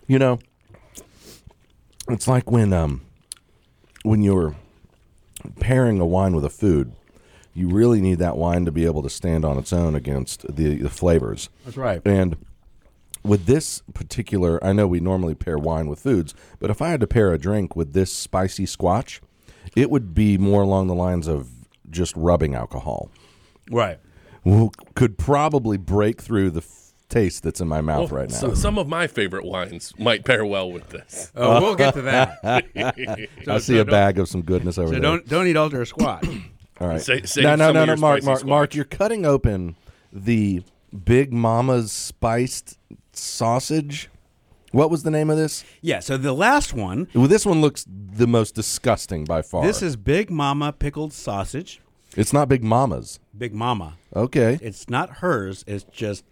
[SPEAKER 5] You know, it's like when um when you're pairing a wine with a food, you really need that wine to be able to stand on its own against the, the flavors.
[SPEAKER 6] That's right.
[SPEAKER 5] And with this particular, I know we normally pair wine with foods, but if I had to pair a drink with this spicy squash, it would be more along the lines of just rubbing alcohol.
[SPEAKER 6] Right.
[SPEAKER 5] Who could probably break through the f- taste that's in my mouth
[SPEAKER 4] Well,
[SPEAKER 5] right now.
[SPEAKER 4] so- some of my favorite wines might pair well with this.
[SPEAKER 6] Oh, we'll get to that.
[SPEAKER 5] I see a bag of some goodness over
[SPEAKER 6] So
[SPEAKER 5] there.
[SPEAKER 6] don't don't eat alter squatch.
[SPEAKER 5] All right.
[SPEAKER 4] Sa- save
[SPEAKER 5] no, no,
[SPEAKER 4] some
[SPEAKER 5] no,
[SPEAKER 4] of
[SPEAKER 5] no,
[SPEAKER 4] your
[SPEAKER 5] Mark,
[SPEAKER 4] spicy
[SPEAKER 5] Mark,
[SPEAKER 4] squash.
[SPEAKER 5] Mark, you're cutting open the Big Mama's spiced sausage. What was the name of this?
[SPEAKER 6] yeah. So the last one.
[SPEAKER 5] Well, this one looks the most disgusting by far.
[SPEAKER 6] This is Big Mama pickled sausage.
[SPEAKER 5] It's not Big Mama's.
[SPEAKER 6] Big Mama.
[SPEAKER 5] Okay.
[SPEAKER 6] It's not hers. It's just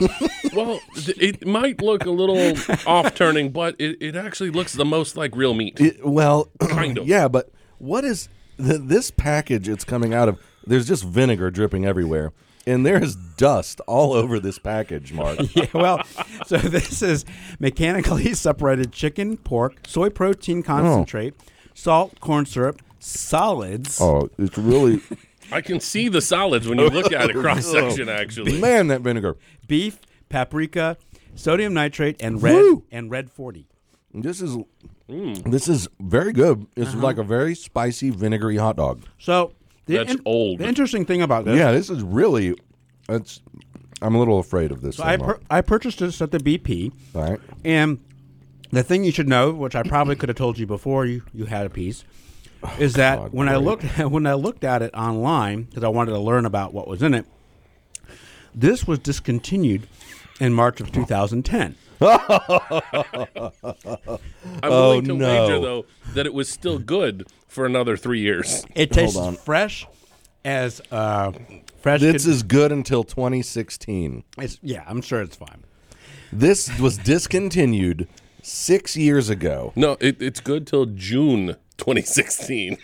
[SPEAKER 4] Well, th- it might look a little off-turning, but it, it actually looks the most like real meat.
[SPEAKER 5] It- well,
[SPEAKER 4] Kind of.
[SPEAKER 5] Yeah, but what is th- this package it's coming out of? There's just vinegar dripping everywhere. And there's dust all over this package, Mark.
[SPEAKER 6] yeah, well, so this is mechanically separated chicken, pork, soy
[SPEAKER 5] Oh.
[SPEAKER 6] protein concentrate, salt, corn syrup, solids.
[SPEAKER 5] Oh, it's really
[SPEAKER 4] I can see the solids when you look
[SPEAKER 5] Oh,
[SPEAKER 4] at it cross-section, actually.
[SPEAKER 5] man that vinegar.
[SPEAKER 6] beef, paprika, sodium nitrate, and red
[SPEAKER 5] Woo!
[SPEAKER 6] and red forty.
[SPEAKER 5] This is this is very good. It's
[SPEAKER 4] Uh-huh.
[SPEAKER 5] like a very spicy vinegary hot dog.
[SPEAKER 6] So the,
[SPEAKER 4] That's old.
[SPEAKER 6] The interesting thing about this,
[SPEAKER 5] Yeah, this is really. It's. I'm a little afraid of this.
[SPEAKER 6] so
[SPEAKER 5] thing,
[SPEAKER 6] I pur-
[SPEAKER 5] Mark.
[SPEAKER 6] I purchased this at the BP,
[SPEAKER 5] All right.
[SPEAKER 6] and the thing you should know, which I probably could have told you before you you had a piece. Is that
[SPEAKER 5] God,
[SPEAKER 6] when I
[SPEAKER 5] great.
[SPEAKER 6] looked when I looked at it online because I wanted to learn about what was in it? This was discontinued in March of 2010.
[SPEAKER 4] I'm willing to
[SPEAKER 5] Oh, no.
[SPEAKER 4] wager, though, that it was still good for another three years.
[SPEAKER 6] It tastes as fresh as uh, fresh.
[SPEAKER 5] This
[SPEAKER 6] could-
[SPEAKER 5] is good until 2016.
[SPEAKER 6] it's, yeah, I'm sure it's fine.
[SPEAKER 5] This was discontinued six years ago.
[SPEAKER 4] No, it, it's good till June 2016.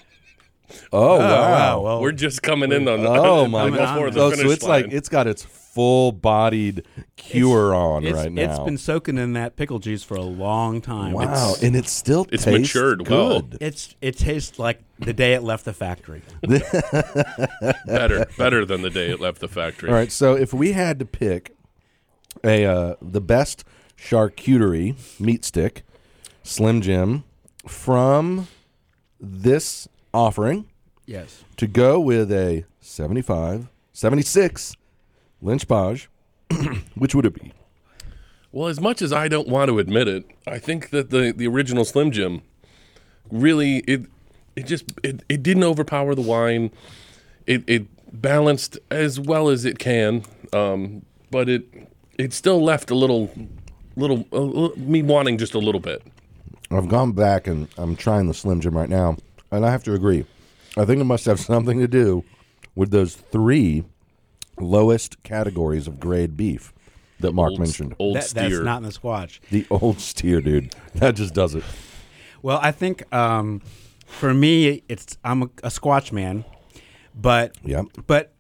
[SPEAKER 5] Oh, wow.
[SPEAKER 6] Oh, well,
[SPEAKER 4] We're just coming in on the
[SPEAKER 5] Oh my
[SPEAKER 4] before
[SPEAKER 5] god.
[SPEAKER 4] the
[SPEAKER 5] Oh,
[SPEAKER 4] finish
[SPEAKER 5] so it's
[SPEAKER 4] line.
[SPEAKER 5] like it's got its full-bodied cure on
[SPEAKER 6] it's,
[SPEAKER 5] right now.
[SPEAKER 6] It's been soaking in that pickle juice for a long time.
[SPEAKER 5] wow,
[SPEAKER 6] It's,
[SPEAKER 5] and it's still
[SPEAKER 4] It's
[SPEAKER 5] tastes
[SPEAKER 4] matured well.
[SPEAKER 5] Good.
[SPEAKER 6] it's it tastes like the day it left the factory.
[SPEAKER 4] better, better than the day it left the factory.
[SPEAKER 5] All right, so if we had to pick a uh, the best charcuterie meat stick, Slim Jim, from this offering
[SPEAKER 6] Yes.
[SPEAKER 5] to go with a 75, 76 Lynch Page, which would it be?
[SPEAKER 4] Well, as much as I don't want to admit it, I think that the, the original Slim Jim really it it just it, it didn't overpower the wine. It it balanced as well as it can, um, but it it still left a little little a little- me wanting just a little bit.
[SPEAKER 5] I've gone back and I'm trying the Slim Jim right now, and I have to agree. I think it must have something to do with those three lowest categories of grade beef that Mark
[SPEAKER 4] Old,
[SPEAKER 5] mentioned.
[SPEAKER 4] old
[SPEAKER 6] That,
[SPEAKER 4] steer.
[SPEAKER 6] that's not in the squatch.
[SPEAKER 5] The old steer, dude. That just does it.
[SPEAKER 6] Well, I think um, for me, it's I'm a, a squatch man, but
[SPEAKER 5] Yep.
[SPEAKER 6] but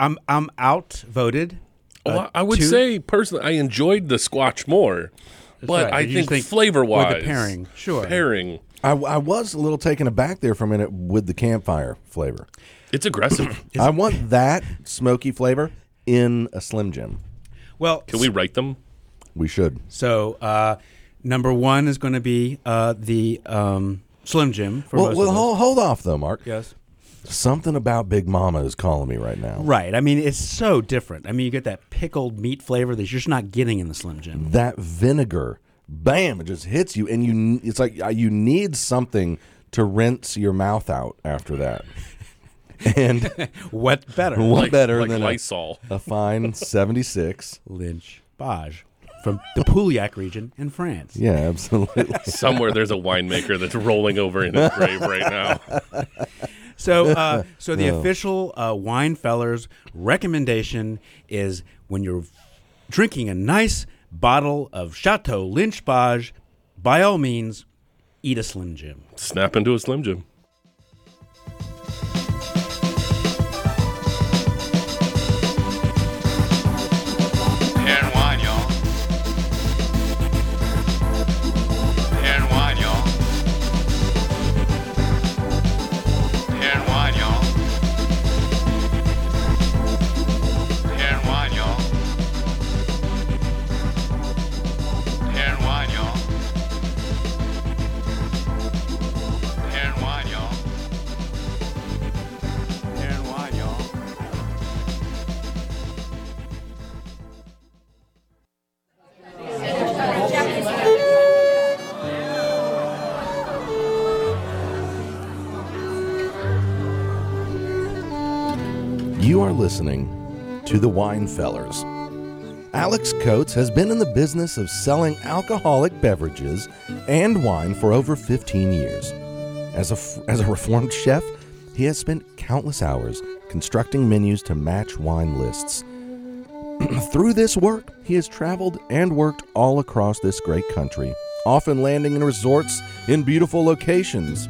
[SPEAKER 6] I'm I'm outvoted.
[SPEAKER 4] Oh,
[SPEAKER 6] uh,
[SPEAKER 4] I I would
[SPEAKER 6] two-
[SPEAKER 4] say personally, I enjoyed the squash more, but
[SPEAKER 6] right.
[SPEAKER 4] I
[SPEAKER 6] You
[SPEAKER 4] think,
[SPEAKER 6] think
[SPEAKER 4] flavor wise,
[SPEAKER 6] with the pairing, sure.
[SPEAKER 4] pairing,
[SPEAKER 5] I, I was a little taken aback there for a minute with the campfire flavor.
[SPEAKER 4] it's aggressive.
[SPEAKER 5] I want that smoky flavor in a Slim Jim.
[SPEAKER 6] Well,
[SPEAKER 4] Can we write them?
[SPEAKER 5] We should.
[SPEAKER 6] so uh, number one is going to be uh, the um, Slim Jim. For
[SPEAKER 5] Well,
[SPEAKER 6] most
[SPEAKER 5] well
[SPEAKER 6] of us.
[SPEAKER 5] hold, hold off though, Mark.
[SPEAKER 6] yes.
[SPEAKER 5] Something about Big Mama is calling me right now.
[SPEAKER 6] Right. I mean, it's so different. I mean, you get that pickled meat flavor that you're just not getting in the Slim Jim.
[SPEAKER 5] That vinegar, bam, it just hits you, and you. n- It's like uh, you need something to rinse your mouth out after that. And
[SPEAKER 6] What better?
[SPEAKER 5] what
[SPEAKER 4] Like-
[SPEAKER 5] better
[SPEAKER 4] like
[SPEAKER 5] than a-
[SPEAKER 4] Lysol.
[SPEAKER 5] A, fine 76.
[SPEAKER 6] Lynch Bage from the Pouillac region in France.
[SPEAKER 5] Yeah, absolutely.
[SPEAKER 4] Somewhere there's a winemaker that's rolling over in his grave right now.
[SPEAKER 6] So, uh, so the official uh, wine fellers recommendation is when you're drinking a nice bottle of Chateau Lynch Bage, by all means, eat a Slim Jim.
[SPEAKER 4] Snap into a Slim Jim.
[SPEAKER 8] And wine, y'all. And wine, y'all. And wine, y'all. And wine, y'all. And wine, y'all. And wine, y'all. And wine, y'all.
[SPEAKER 5] You are listening to The Wine Fellers. Alex Coates has been in the business of selling alcoholic beverages and wine for over 15 years. As a, as a reformed chef, he has spent countless hours constructing menus to match wine lists. Through this work, he has traveled and worked all across this great country, often landing in resorts in beautiful locations.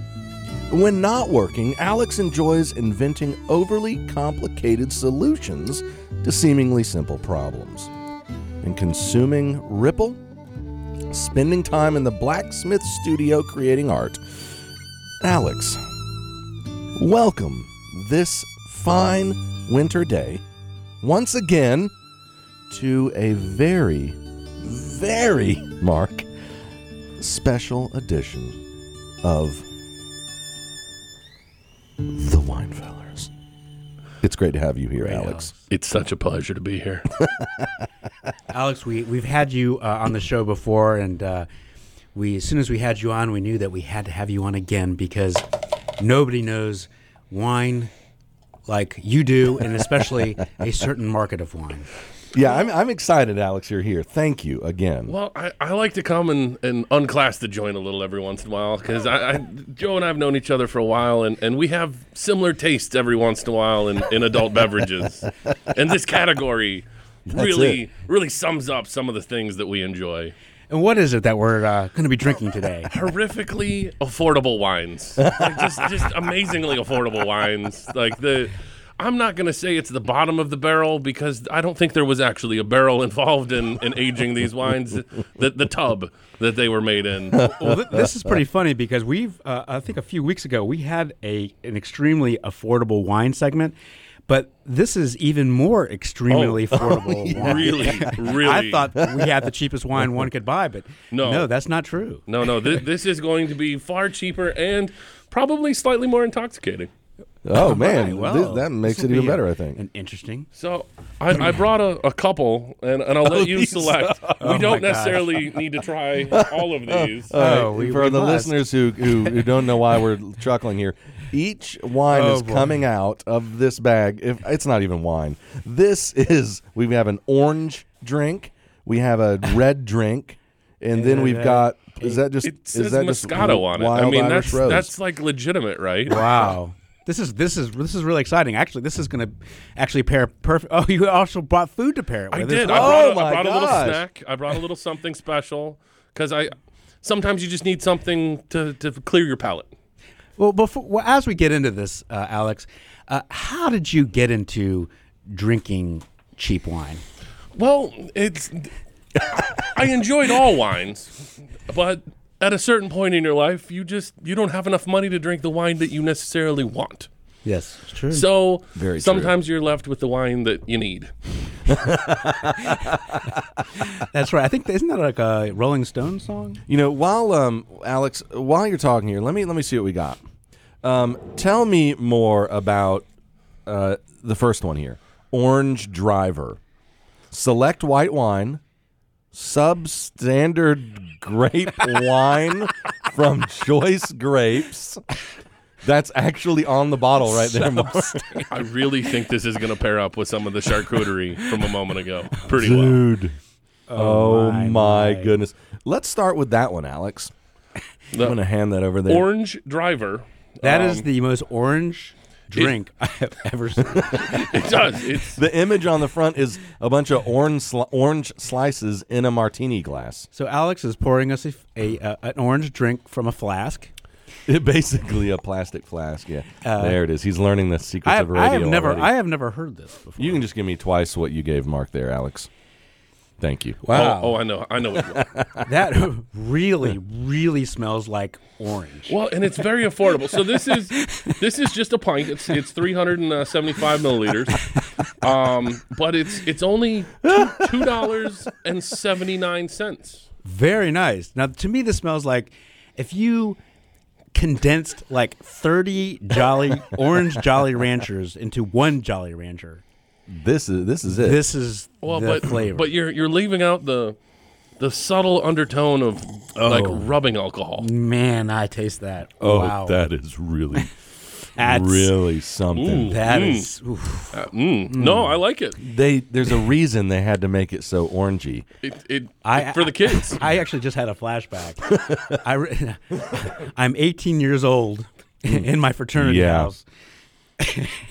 [SPEAKER 5] When not working, Alex enjoys inventing overly complicated solutions to seemingly simple problems. And consuming Ripple, spending time in the blacksmith studio creating art. Alex, welcome this fine winter day once again to a very, very, Mark, special edition of the Winefellers. It's great to have you here, Alex.
[SPEAKER 4] It's such a pleasure to be here.
[SPEAKER 6] Alex, we we've had you uh, on the show before, and uh, we as soon as we had you on, we knew that we had to have you on again because nobody knows wine like you do, and especially a certain market of wine.
[SPEAKER 5] Yeah, I'm, I'm excited, Alex. You're here. Thank you again.
[SPEAKER 4] Well, I, I like to come and, and unclass the joint a little every once in a while because I, I Joe and I have known each other for a while and, and we have similar tastes every once in a while in, in adult beverages. And this category really
[SPEAKER 5] it.
[SPEAKER 4] really sums up some of the things that we enjoy.
[SPEAKER 6] And what is it that we're uh, going to be drinking today?
[SPEAKER 4] horrifically affordable wines. Like just just amazingly affordable wines. Like the I'm not gonna say it's the bottom of the barrel because I don't think there was actually a barrel involved in, in aging these wines. The the tub that they were made in.
[SPEAKER 9] well, th- this is pretty funny because we've, uh, I think, a few weeks ago we had a an extremely affordable wine segment, but this is even more extremely affordable. wine.
[SPEAKER 4] Oh. Really, really.
[SPEAKER 9] I thought we had the cheapest wine one could buy, but
[SPEAKER 4] No.
[SPEAKER 9] no, that's not true.
[SPEAKER 4] no, no. Th- this is going to be far cheaper and probably slightly more intoxicating.
[SPEAKER 5] Oh, man.
[SPEAKER 9] Right, well,
[SPEAKER 5] This- that makes
[SPEAKER 9] this
[SPEAKER 5] it
[SPEAKER 9] will
[SPEAKER 5] even
[SPEAKER 9] be a-
[SPEAKER 5] better, I think.
[SPEAKER 9] An interesting.
[SPEAKER 4] So I, I brought a, a couple, and, and I'll
[SPEAKER 5] Oh,
[SPEAKER 4] let you select. we don't necessarily need to try all of these.
[SPEAKER 9] Oh, we-
[SPEAKER 5] For
[SPEAKER 9] we
[SPEAKER 5] the
[SPEAKER 9] must.
[SPEAKER 5] listeners who, who, who don't know why we're chuckling here, each wine
[SPEAKER 9] Oh,
[SPEAKER 5] is
[SPEAKER 9] boy.
[SPEAKER 5] coming out of this bag. If It's not even wine. This is, we have an orange drink, we have a red drink, and then we've got. Is that just
[SPEAKER 4] It says
[SPEAKER 5] is that just
[SPEAKER 4] Moscato on it. I
[SPEAKER 5] wild
[SPEAKER 4] mean,
[SPEAKER 5] Irish
[SPEAKER 4] that's
[SPEAKER 5] rose?
[SPEAKER 4] that's like legitimate, right?
[SPEAKER 9] Wow. This is this is this is really exciting. Actually, this is going to actually pair perfect. Oh, you also brought food to pair it with.
[SPEAKER 4] I
[SPEAKER 9] This-
[SPEAKER 4] did. I brought,
[SPEAKER 5] Oh
[SPEAKER 4] a,
[SPEAKER 5] my
[SPEAKER 4] I brought a little
[SPEAKER 5] gosh.
[SPEAKER 4] snack. I brought a little something special because I sometimes you just need something to, to clear your palate.
[SPEAKER 9] Well, before well, as we get into this, uh, Alex, uh, how did you get into drinking cheap wine?
[SPEAKER 4] Well, it's I enjoyed all wines, but at a certain point in your life, you just you don't have enough money to drink the wine that you necessarily want.
[SPEAKER 9] Yes, it's true.
[SPEAKER 4] So sometimes you're left with the wine that you need.
[SPEAKER 9] That's right. I think isn't that like a Rolling Stone song?
[SPEAKER 5] You know, while um, Alex, while you're talking here, let me let me see what we got. Um, tell me more about uh, the first one here: Orange Driver, select white wine, substandard grape wine from Joyce Grapes. That's actually on the bottle right there. Mark.
[SPEAKER 4] I really think this is going to pair up with some of the charcuterie from a moment ago. Pretty well.
[SPEAKER 5] Dude. Oh, my,
[SPEAKER 6] my, my.
[SPEAKER 5] goodness. Let's start with that one, Alex. I'm going to hand that over there.
[SPEAKER 4] Orange driver.
[SPEAKER 6] That
[SPEAKER 4] um,
[SPEAKER 6] is the most orange drink I have ever seen.
[SPEAKER 4] It does. It's
[SPEAKER 5] the image on the front is a bunch of orange sli- orange slices in a martini glass.
[SPEAKER 6] so Alex is pouring us a, f- a, uh, an orange drink from a flask.
[SPEAKER 5] It basically a plastic flask. Yeah, there it is. He's learning the secrets
[SPEAKER 6] I have,
[SPEAKER 5] of radio.
[SPEAKER 6] I have never
[SPEAKER 5] already.
[SPEAKER 6] I have never heard this before.
[SPEAKER 5] you can just give me twice what you gave Mark there, Alex. Thank you.
[SPEAKER 6] Wow.
[SPEAKER 4] Oh, oh, I know. I know. It will.
[SPEAKER 6] that really really smells like orange.
[SPEAKER 4] Well, and it's very affordable. So this is this is just a pint. It's it's 375 milliliters, um, but it's it's only two- two dollars and seventy nine cents.
[SPEAKER 6] Very nice. Now to me this smells like if you condensed like 30 jolly orange jolly ranchers into one jolly rancher.
[SPEAKER 5] This is this is it.
[SPEAKER 6] This is
[SPEAKER 4] Well,
[SPEAKER 6] the
[SPEAKER 4] but
[SPEAKER 6] flavor.
[SPEAKER 4] but you're you're leaving out the the subtle undertone of like rubbing alcohol.
[SPEAKER 6] man, I taste that.
[SPEAKER 5] oh,
[SPEAKER 6] wow.
[SPEAKER 5] that is really
[SPEAKER 6] That's,
[SPEAKER 5] really something.
[SPEAKER 6] that
[SPEAKER 4] Mm.
[SPEAKER 6] is- oof.
[SPEAKER 4] Mm. No, I like it.
[SPEAKER 5] They there's a reason they had to make it so orangey.
[SPEAKER 4] It, it
[SPEAKER 6] I-
[SPEAKER 4] for the kids.
[SPEAKER 6] I actually just had a flashback. I re- I'm 18 years old in my fraternity
[SPEAKER 5] Mm. Yeah.
[SPEAKER 6] house,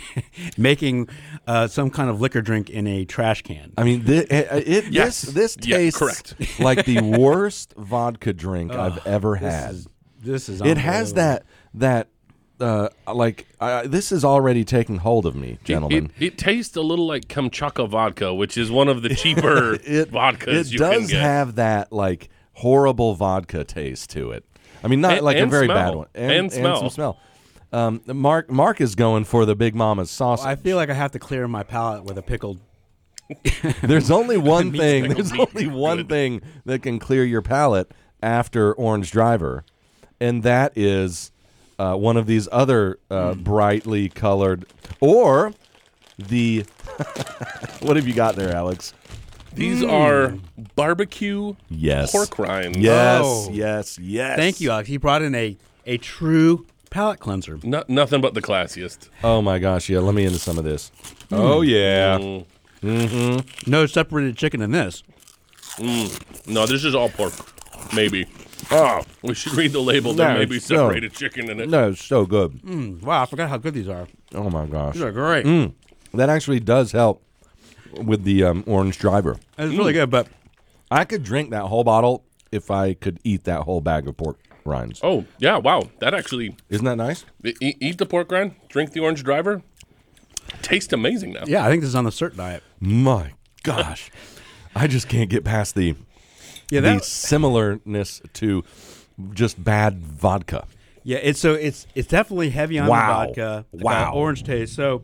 [SPEAKER 6] making uh, some kind of liquor drink in a trash can.
[SPEAKER 5] I mean, thi- it, it,
[SPEAKER 4] Yes.
[SPEAKER 5] this this
[SPEAKER 4] Yeah,
[SPEAKER 5] tastes
[SPEAKER 4] correct.
[SPEAKER 5] like the worst vodka drink I've ever had.
[SPEAKER 6] This is, this is
[SPEAKER 5] it has
[SPEAKER 6] unbelievable.
[SPEAKER 5] that that uh, like I this is already taking hold of me,
[SPEAKER 4] It,
[SPEAKER 5] gentlemen.
[SPEAKER 4] it, it tastes a little like Kamchatka vodka, which is one of the cheaper vodkas
[SPEAKER 5] it
[SPEAKER 4] you can
[SPEAKER 5] does
[SPEAKER 4] get.
[SPEAKER 5] have that like horrible vodka taste to it. I mean, not
[SPEAKER 4] And-
[SPEAKER 5] like a
[SPEAKER 4] and
[SPEAKER 5] very
[SPEAKER 4] smell.
[SPEAKER 5] bad one,
[SPEAKER 4] And smell.
[SPEAKER 5] some smell. Um, Mark Mark is going for the Big Mama's sausage.
[SPEAKER 6] I feel like I have to clear my palate with a pickled.
[SPEAKER 5] There's only one thing.
[SPEAKER 4] pickled
[SPEAKER 5] There's
[SPEAKER 4] meat
[SPEAKER 5] only
[SPEAKER 4] is
[SPEAKER 5] one
[SPEAKER 4] good.
[SPEAKER 5] thing that can clear your palate after Orange Driver, and that is uh, one of these other uh,
[SPEAKER 4] Mm.
[SPEAKER 5] brightly colored or the. what have you got there, Alex? Mm.
[SPEAKER 4] These are barbecue
[SPEAKER 5] Yes.
[SPEAKER 4] pork rinds.
[SPEAKER 5] Yes,
[SPEAKER 6] Oh.
[SPEAKER 5] yes, yes.
[SPEAKER 6] Thank you, Alex. He brought in a a true palate cleanser.
[SPEAKER 4] No, nothing but the classiest.
[SPEAKER 5] Oh my gosh, yeah. Let me into some of this. Oh yeah.
[SPEAKER 6] No separated chicken in this.
[SPEAKER 4] No, this is all pork. Maybe. Oh, we should read the label. There
[SPEAKER 5] No,
[SPEAKER 4] may be
[SPEAKER 5] no.
[SPEAKER 4] separated chicken in it.
[SPEAKER 5] No, it's so good.
[SPEAKER 6] Wow, I forgot how good these are.
[SPEAKER 5] Oh my gosh,
[SPEAKER 6] These are great.
[SPEAKER 5] Mm. that actually does help with the um, Orange Driver.
[SPEAKER 6] It's really
[SPEAKER 5] Mm.
[SPEAKER 6] good, but
[SPEAKER 5] I could drink that whole bottle if I could eat that whole bag of pork rinds.
[SPEAKER 4] Oh, yeah, wow. That actually,
[SPEAKER 5] Isn't that nice?
[SPEAKER 4] e- eat the pork rind, drink the orange driver. Tastes amazing now.
[SPEAKER 6] yeah, I think this is on the cert diet.
[SPEAKER 5] My gosh. I just can't get past the, the
[SPEAKER 6] Yeah, that-
[SPEAKER 5] similarness to just bad vodka.
[SPEAKER 6] Yeah, it's so it's it's definitely heavy on
[SPEAKER 5] Wow.
[SPEAKER 6] the vodka, the
[SPEAKER 5] Wow.
[SPEAKER 6] orange taste. So,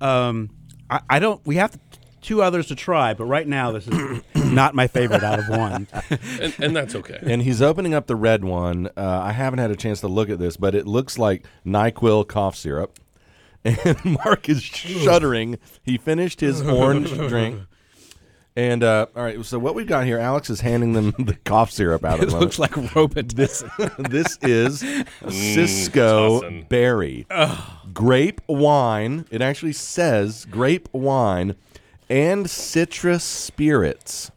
[SPEAKER 6] um, I, I don't. We have to, two others to try, but right now this is not my favorite out of one.
[SPEAKER 4] And, and that's okay.
[SPEAKER 5] And he's opening up the red one. Uh, I haven't had a chance to look at this, but it looks like NyQuil cough syrup. And Mark is shuddering. He finished his orange drink. And uh, all right, so what we've got here, Alex is handing them the cough syrup out of
[SPEAKER 6] it
[SPEAKER 5] the
[SPEAKER 6] looks like Robitussin.
[SPEAKER 5] this is Cisco
[SPEAKER 4] tossing.
[SPEAKER 5] berry grape wine. It actually says grape wine and citrus spirits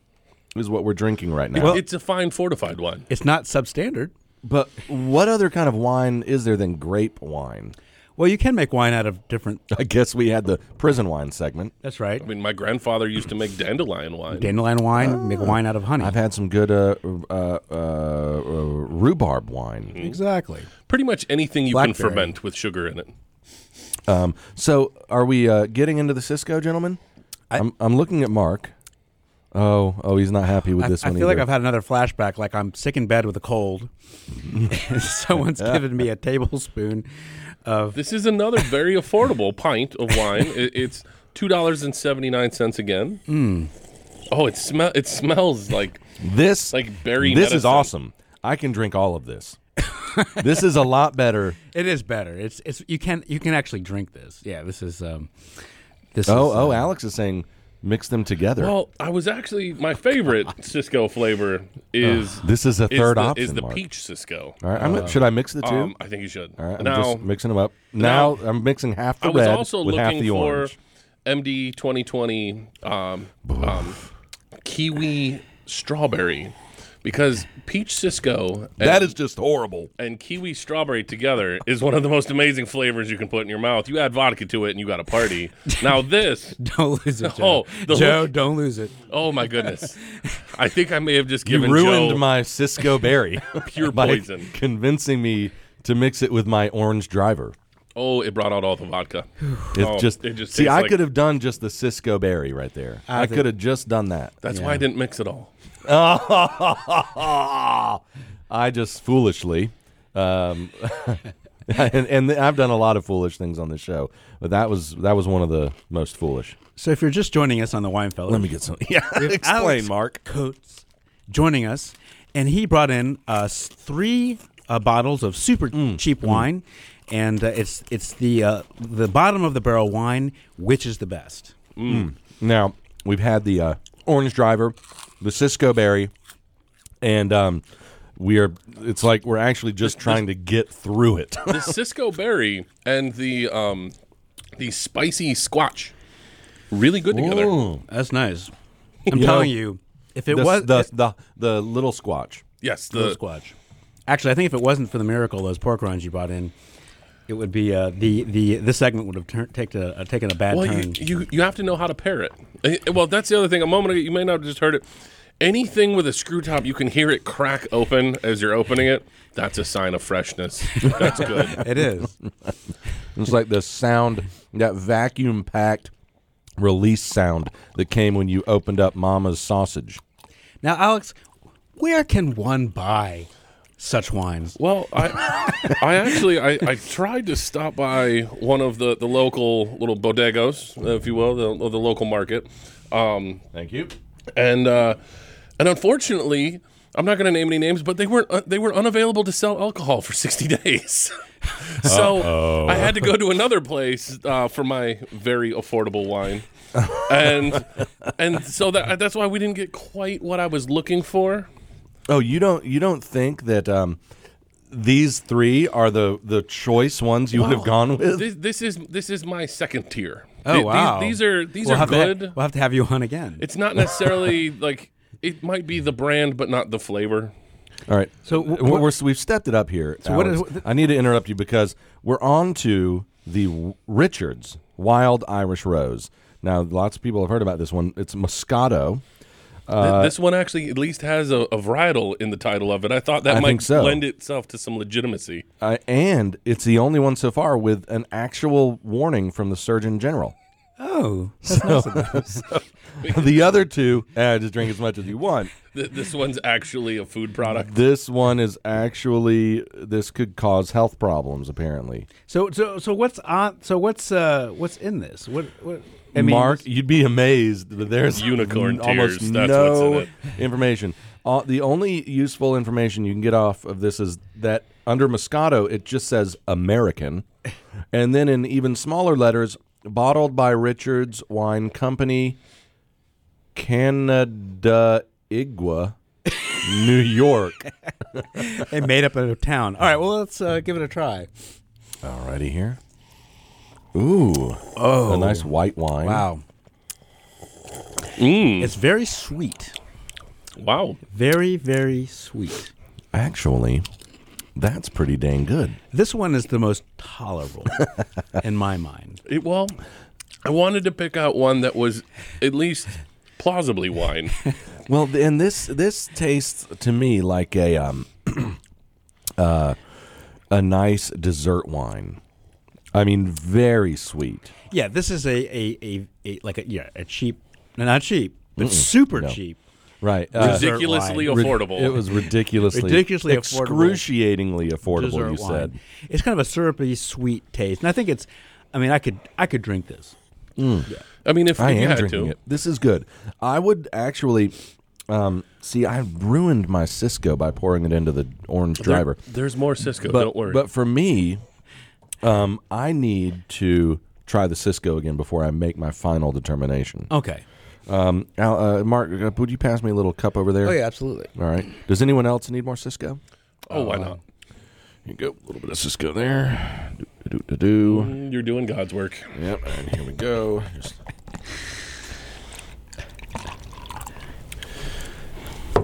[SPEAKER 5] is what we're drinking right now.
[SPEAKER 4] it's a fine fortified wine.
[SPEAKER 6] it's not substandard.
[SPEAKER 5] but what other kind of wine is there than grape wine?
[SPEAKER 6] Well, you can make wine out of different.
[SPEAKER 5] I guess we had the prison wine segment.
[SPEAKER 6] That's right.
[SPEAKER 4] I mean, my grandfather used to make dandelion wine.
[SPEAKER 6] Dandelion wine, make wine out of honey.
[SPEAKER 5] Oh. I've had some good uh, uh, uh, uh, rhubarb wine.
[SPEAKER 6] exactly.
[SPEAKER 4] Pretty much anything you can
[SPEAKER 6] Blackberry.
[SPEAKER 4] ferment with sugar in it.
[SPEAKER 5] So, are we uh, getting into the Cisco, gentlemen? I, am I'm looking at Mark. Oh, oh, he's not happy with
[SPEAKER 6] I,
[SPEAKER 5] this
[SPEAKER 6] I
[SPEAKER 5] one
[SPEAKER 6] feel
[SPEAKER 5] either.
[SPEAKER 6] like I've had another flashback. Like I'm sick in bed with a cold. Someone's given me a tablespoon of
[SPEAKER 4] This is another very affordable pint of wine. It, it's two dollars and seventy nine cents again.
[SPEAKER 5] Hmm.
[SPEAKER 4] Oh, it smell. It smells like
[SPEAKER 5] This
[SPEAKER 4] Like berry
[SPEAKER 5] This is
[SPEAKER 4] medicine.
[SPEAKER 5] awesome. I can drink all of this. this is a lot better.
[SPEAKER 6] It is better. It's it's you can you can actually drink this. Yeah, this is um this.
[SPEAKER 5] Oh
[SPEAKER 6] is,
[SPEAKER 5] oh,
[SPEAKER 6] uh,
[SPEAKER 5] Alex is saying mix them together.
[SPEAKER 4] Well, oh, I was actually my favorite Cisco flavor is
[SPEAKER 5] this is a
[SPEAKER 4] is
[SPEAKER 5] third
[SPEAKER 4] the,
[SPEAKER 5] option.
[SPEAKER 4] Is the
[SPEAKER 5] Mark.
[SPEAKER 4] peach Cisco?
[SPEAKER 5] All right, I'm, should I mix the two?
[SPEAKER 4] Um, I think you should.
[SPEAKER 5] All right, I'm
[SPEAKER 4] now
[SPEAKER 5] just mixing them up. Now, I'm mixing half the
[SPEAKER 4] I
[SPEAKER 5] red
[SPEAKER 4] was also
[SPEAKER 5] with half
[SPEAKER 4] looking
[SPEAKER 5] the
[SPEAKER 4] for
[SPEAKER 5] orange.
[SPEAKER 4] MD 2020 um, um, kiwi strawberry because peach Cisco and,
[SPEAKER 5] That is just horrible.
[SPEAKER 4] and kiwi strawberry together is one of the most amazing flavors you can put in your mouth. You add vodka to it and you got a party. now this,
[SPEAKER 6] Don't lose it,
[SPEAKER 4] Oh,
[SPEAKER 6] Joe.
[SPEAKER 4] the
[SPEAKER 6] Joe,
[SPEAKER 4] whole-
[SPEAKER 6] don't lose it.
[SPEAKER 4] oh my goodness, I think I may have just
[SPEAKER 5] You
[SPEAKER 4] given
[SPEAKER 5] ruined
[SPEAKER 4] Joe,
[SPEAKER 5] my Cisco berry.
[SPEAKER 4] Pure
[SPEAKER 5] by
[SPEAKER 4] poison.
[SPEAKER 5] Convincing me to mix it with my orange driver.
[SPEAKER 4] Oh, it brought out all the vodka.
[SPEAKER 5] It
[SPEAKER 4] Oh,
[SPEAKER 5] just,
[SPEAKER 4] it just
[SPEAKER 5] see,
[SPEAKER 4] tastes
[SPEAKER 5] I
[SPEAKER 4] like-
[SPEAKER 5] could have done just the Cisco berry right there. I,
[SPEAKER 6] think-
[SPEAKER 5] could have just done that.
[SPEAKER 4] That's why I didn't mix it all.
[SPEAKER 5] Ah, I just foolishly, um, and, and I've done a lot of foolish things on this show, but that was that was one of the most foolish.
[SPEAKER 6] So if you're just joining us on the Wine Fellow,
[SPEAKER 5] Let me get some. Yeah, explain,
[SPEAKER 6] Alex
[SPEAKER 5] Mark.
[SPEAKER 6] Coates joining us, and he brought in us three uh, bottles of super
[SPEAKER 5] Mm,
[SPEAKER 6] cheap wine, and uh, it's it's the uh, the bottom of the barrel wine, which is the best.
[SPEAKER 5] Now we've had the uh, orange driver, the Cisco berry, and um, we are. It's like we're actually just trying to get through it.
[SPEAKER 4] The Cisco berry and the um, the spicy squash, really good together.
[SPEAKER 6] That's nice. I'm
[SPEAKER 5] You
[SPEAKER 6] telling
[SPEAKER 5] know,
[SPEAKER 6] you, if it
[SPEAKER 5] the,
[SPEAKER 6] was
[SPEAKER 5] the, the the little squatch.
[SPEAKER 4] Yes,
[SPEAKER 6] Little
[SPEAKER 4] the
[SPEAKER 6] squatch. Actually, I think if it wasn't for the miracle, those pork rinds you brought in, it would be uh, the the this segment would have tur- taken a uh, taken a bad
[SPEAKER 4] well, you,
[SPEAKER 6] turn.
[SPEAKER 4] you you have to know how to pair it. Eh, Well, that's the other thing. A moment ago, you may not have just heard it. Anything with a screw top, you can hear it crack open as you're opening it. That's a sign of freshness. That's good.
[SPEAKER 6] it is.
[SPEAKER 5] It's like the sound that vacuum packed release sound that came when you opened up Mama's sausage.
[SPEAKER 6] now, Alex, where can one buy such wines?
[SPEAKER 4] Well, I I actually I, I tried to stop by one of the the local little bodegos, if you will, the the local market. Um,
[SPEAKER 5] Thank you.
[SPEAKER 4] and uh, and unfortunately, I'm not going to name any names, but they weren't uh, they were unavailable to sell alcohol for 60 days. so I had to go to another place uh, for my very affordable wine, and and so that that's why we didn't get quite what I was looking for.
[SPEAKER 5] Oh, you don't you don't think that um, these three are the the choice ones you would have gone with?
[SPEAKER 4] This, this is this is my second tier.
[SPEAKER 6] Oh
[SPEAKER 4] Th- these-
[SPEAKER 6] wow!
[SPEAKER 4] These, are these
[SPEAKER 6] We'll
[SPEAKER 4] are
[SPEAKER 6] have to ha-
[SPEAKER 4] good.
[SPEAKER 6] we'll have to have you on again.
[SPEAKER 4] It's not necessarily like it might be the brand, but not the flavor.
[SPEAKER 5] All right. So
[SPEAKER 6] So wh-
[SPEAKER 5] we're,
[SPEAKER 6] what-
[SPEAKER 5] we're, we've stepped it up here.
[SPEAKER 6] So what
[SPEAKER 5] Alex.
[SPEAKER 6] is-
[SPEAKER 5] I need to interrupt you because we're on to the W- Richards Wild Irish Rose. Now, lots of people have heard about this one. It's Moscato.
[SPEAKER 4] Th-
[SPEAKER 5] Uh,
[SPEAKER 4] this one actually at least has a, a varietal in the title of it. I thought that
[SPEAKER 5] I
[SPEAKER 4] might
[SPEAKER 5] think so.
[SPEAKER 4] lend itself to some legitimacy.
[SPEAKER 5] Uh, and it's the only one so far with an actual warning from the Surgeon General.
[SPEAKER 6] oh,
[SPEAKER 5] the other two, eh, just drink as much as you want.
[SPEAKER 4] Th- this one's actually a food product.
[SPEAKER 5] This one is actually this could cause health problems. Apparently,
[SPEAKER 6] so so so what's on? So what's uh what's in this? What what? I mean,
[SPEAKER 5] Mark, you'd be amazed that there's
[SPEAKER 4] Unicorn
[SPEAKER 5] n- almost
[SPEAKER 4] tears, that's what's in
[SPEAKER 5] no
[SPEAKER 4] it.
[SPEAKER 5] information. Uh, the only useful information you can get off of this is that under Moscato, it just says American, and then in even smaller letters, bottled by Richards Wine Company, Canada Igua, New York.
[SPEAKER 6] it made up a town. All right, well let's uh, give it a try.
[SPEAKER 5] Alrighty here. Ooh. Oh. A nice white wine.
[SPEAKER 6] Wow,
[SPEAKER 4] Mm.
[SPEAKER 5] Mmm.
[SPEAKER 6] it's very sweet,
[SPEAKER 4] Wow.
[SPEAKER 6] very very sweet.
[SPEAKER 5] Actually, that's pretty dang good.
[SPEAKER 6] This one is the most tolerable in my mind.
[SPEAKER 4] It, well, I wanted to pick out one that was at least plausibly wine.
[SPEAKER 5] Well, th- and this this tastes to me like a um uh a nice dessert wine. I mean, very sweet.
[SPEAKER 6] Yeah, this is a a, a, a like a yeah a cheap, no, not cheap, but super
[SPEAKER 5] no.
[SPEAKER 6] cheap.
[SPEAKER 5] Right. Uh,
[SPEAKER 6] Dessert
[SPEAKER 4] Ridiculously
[SPEAKER 6] wine.
[SPEAKER 5] rid-
[SPEAKER 4] affordable.
[SPEAKER 5] It was ridiculously,
[SPEAKER 6] Ridiculously affordable.
[SPEAKER 5] excruciatingly affordable.
[SPEAKER 6] dessert
[SPEAKER 5] you
[SPEAKER 6] wine.
[SPEAKER 5] said.
[SPEAKER 6] It's kind of a syrupy, sweet taste, and I think it's. I mean, I could I could drink this.
[SPEAKER 4] I mean, if,
[SPEAKER 5] I
[SPEAKER 4] if you
[SPEAKER 5] am
[SPEAKER 4] had
[SPEAKER 5] drinking
[SPEAKER 4] to.
[SPEAKER 5] it. This is good. I would actually um, see. I ruined my Cisco by pouring it into the orange
[SPEAKER 4] There-
[SPEAKER 5] driver.
[SPEAKER 4] there's more Cisco.
[SPEAKER 5] But
[SPEAKER 4] don't worry.
[SPEAKER 5] but for me, um, I need to try the Cisco again before I make my final determination.
[SPEAKER 6] Okay.
[SPEAKER 5] Um, Al, uh, Mark, uh, would you pass me a little cup over there?
[SPEAKER 10] Oh, yeah, absolutely.
[SPEAKER 5] All right. Does anyone else need more Cisco?
[SPEAKER 4] Oh,
[SPEAKER 6] Uh,
[SPEAKER 4] why not?
[SPEAKER 5] Here you go. A little bit of Cisco there. Do, do, do, do.
[SPEAKER 4] Mm, You're doing God's work.
[SPEAKER 5] Yep. And here we go. Just-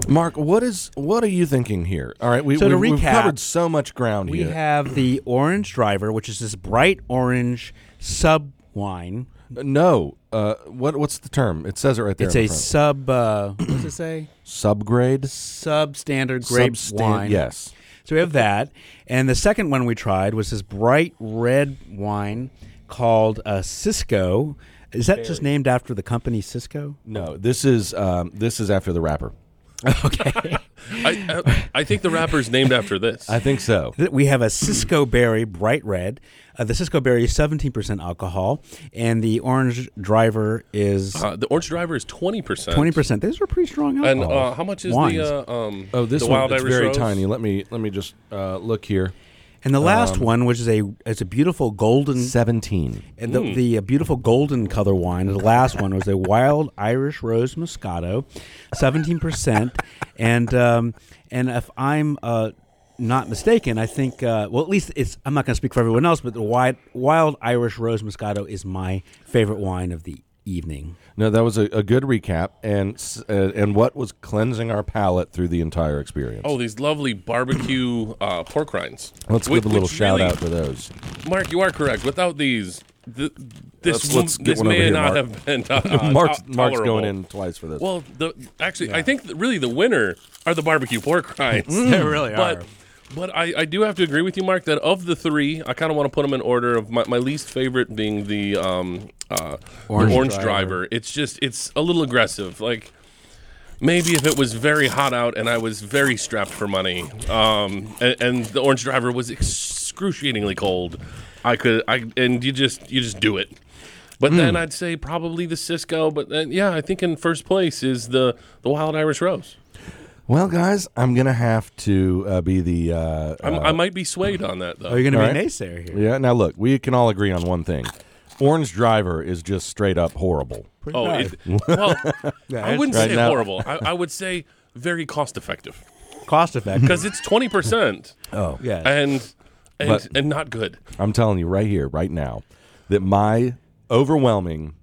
[SPEAKER 5] Mark, what is what are you thinking here? All right, we,
[SPEAKER 6] So to
[SPEAKER 5] we, have
[SPEAKER 6] recap,
[SPEAKER 5] covered so much ground
[SPEAKER 6] We
[SPEAKER 5] here.
[SPEAKER 6] have the orange driver, which is this bright orange sub wine.
[SPEAKER 5] Uh, no, uh, what what's the term? It says it right there.
[SPEAKER 6] It's
[SPEAKER 5] in
[SPEAKER 6] a
[SPEAKER 5] front.
[SPEAKER 6] sub. Uh, what does it say?
[SPEAKER 5] subgrade
[SPEAKER 6] Substandard grape
[SPEAKER 5] Substan-
[SPEAKER 6] wine.
[SPEAKER 5] Yes,
[SPEAKER 6] So we have that, and the second one we tried was this bright red wine called uh, Cisco. Is that just named after the company Cisco?
[SPEAKER 5] no. This is um, this is after the rapper.
[SPEAKER 6] Okay.
[SPEAKER 4] I, I I think the rapper's named after this.
[SPEAKER 5] I think so.
[SPEAKER 6] Th- We have a Cisco berry, bright red. Uh, the Cisco berry is 17% alcohol, and the orange driver is
[SPEAKER 4] Uh, the Orange Driver is twenty percent.
[SPEAKER 6] 20%. Those are pretty strong alcohol.
[SPEAKER 4] And uh, how much is
[SPEAKER 6] wines.
[SPEAKER 4] the uh, um?
[SPEAKER 5] Oh, this
[SPEAKER 4] the
[SPEAKER 5] one
[SPEAKER 4] Wild
[SPEAKER 5] it's
[SPEAKER 4] Irish
[SPEAKER 5] very
[SPEAKER 4] Rose?
[SPEAKER 5] tiny. Let me let me just uh, look here.
[SPEAKER 6] and the last one, which is a it's a beautiful golden
[SPEAKER 5] Seventeen.
[SPEAKER 6] And the,
[SPEAKER 4] Hmm.
[SPEAKER 6] the uh, beautiful golden color wine, the last one was a wild Irish rose Moscato, seventeen percent, and um, and if I'm uh, not mistaken, I think uh, well at least it's I'm not going to speak for everyone else, but the wild wild Irish rose Moscato is my favorite wine of the evening.
[SPEAKER 5] No, that was a, a good recap, and s- uh, and what was cleansing our palate through the entire experience.
[SPEAKER 4] Oh, these lovely barbecue uh, pork rinds.
[SPEAKER 5] let's
[SPEAKER 4] Which-
[SPEAKER 5] give a little
[SPEAKER 4] which
[SPEAKER 5] shout
[SPEAKER 4] really-
[SPEAKER 5] out to those.
[SPEAKER 4] Mark, you are correct. Without these, th- this
[SPEAKER 5] Let's-
[SPEAKER 4] wom-
[SPEAKER 5] let's get
[SPEAKER 4] this
[SPEAKER 5] one over
[SPEAKER 4] may
[SPEAKER 5] here,
[SPEAKER 4] not
[SPEAKER 5] Mark.
[SPEAKER 4] have been. Uh,
[SPEAKER 5] Mark's
[SPEAKER 4] to-
[SPEAKER 5] Mark's going
[SPEAKER 4] tolerable.
[SPEAKER 5] in twice for this.
[SPEAKER 4] Well, the actually, I think that really the winner are the barbecue pork rinds. they
[SPEAKER 6] really
[SPEAKER 4] but, But I, I do have to agree with you, Mark, that of the three, I kind of want to put them in order. Of my, my least favorite being the um uh orange, orange driver. It's just it's a little aggressive. Like maybe if it was very hot out and I was very strapped for money, um, and, and the orange driver was excruciatingly cold, I could I and you just you just do it. But then I'd say probably the Cisco. But then, yeah, I think in first place is the the Wild Irish Rose.
[SPEAKER 5] Well, guys, I'm gonna have to uh, be the. Uh,
[SPEAKER 4] I'm,
[SPEAKER 5] uh,
[SPEAKER 4] I might be swayed on that though.
[SPEAKER 6] Oh, you're going to be
[SPEAKER 5] All right.
[SPEAKER 6] a naysayer here.
[SPEAKER 5] yeah. Now look, we can all agree on one thing: Orange Driver is just straight up horrible.
[SPEAKER 4] Oh, it, well, I wouldn't
[SPEAKER 5] Right
[SPEAKER 4] say
[SPEAKER 5] now-
[SPEAKER 4] horrible. I, I would say very cost effective
[SPEAKER 6] Cost effective.
[SPEAKER 4] because it's twenty percent. Oh,
[SPEAKER 6] yeah.
[SPEAKER 4] and and,
[SPEAKER 5] But-
[SPEAKER 4] and not good.
[SPEAKER 5] I'm telling you right here, right now, that my overwhelming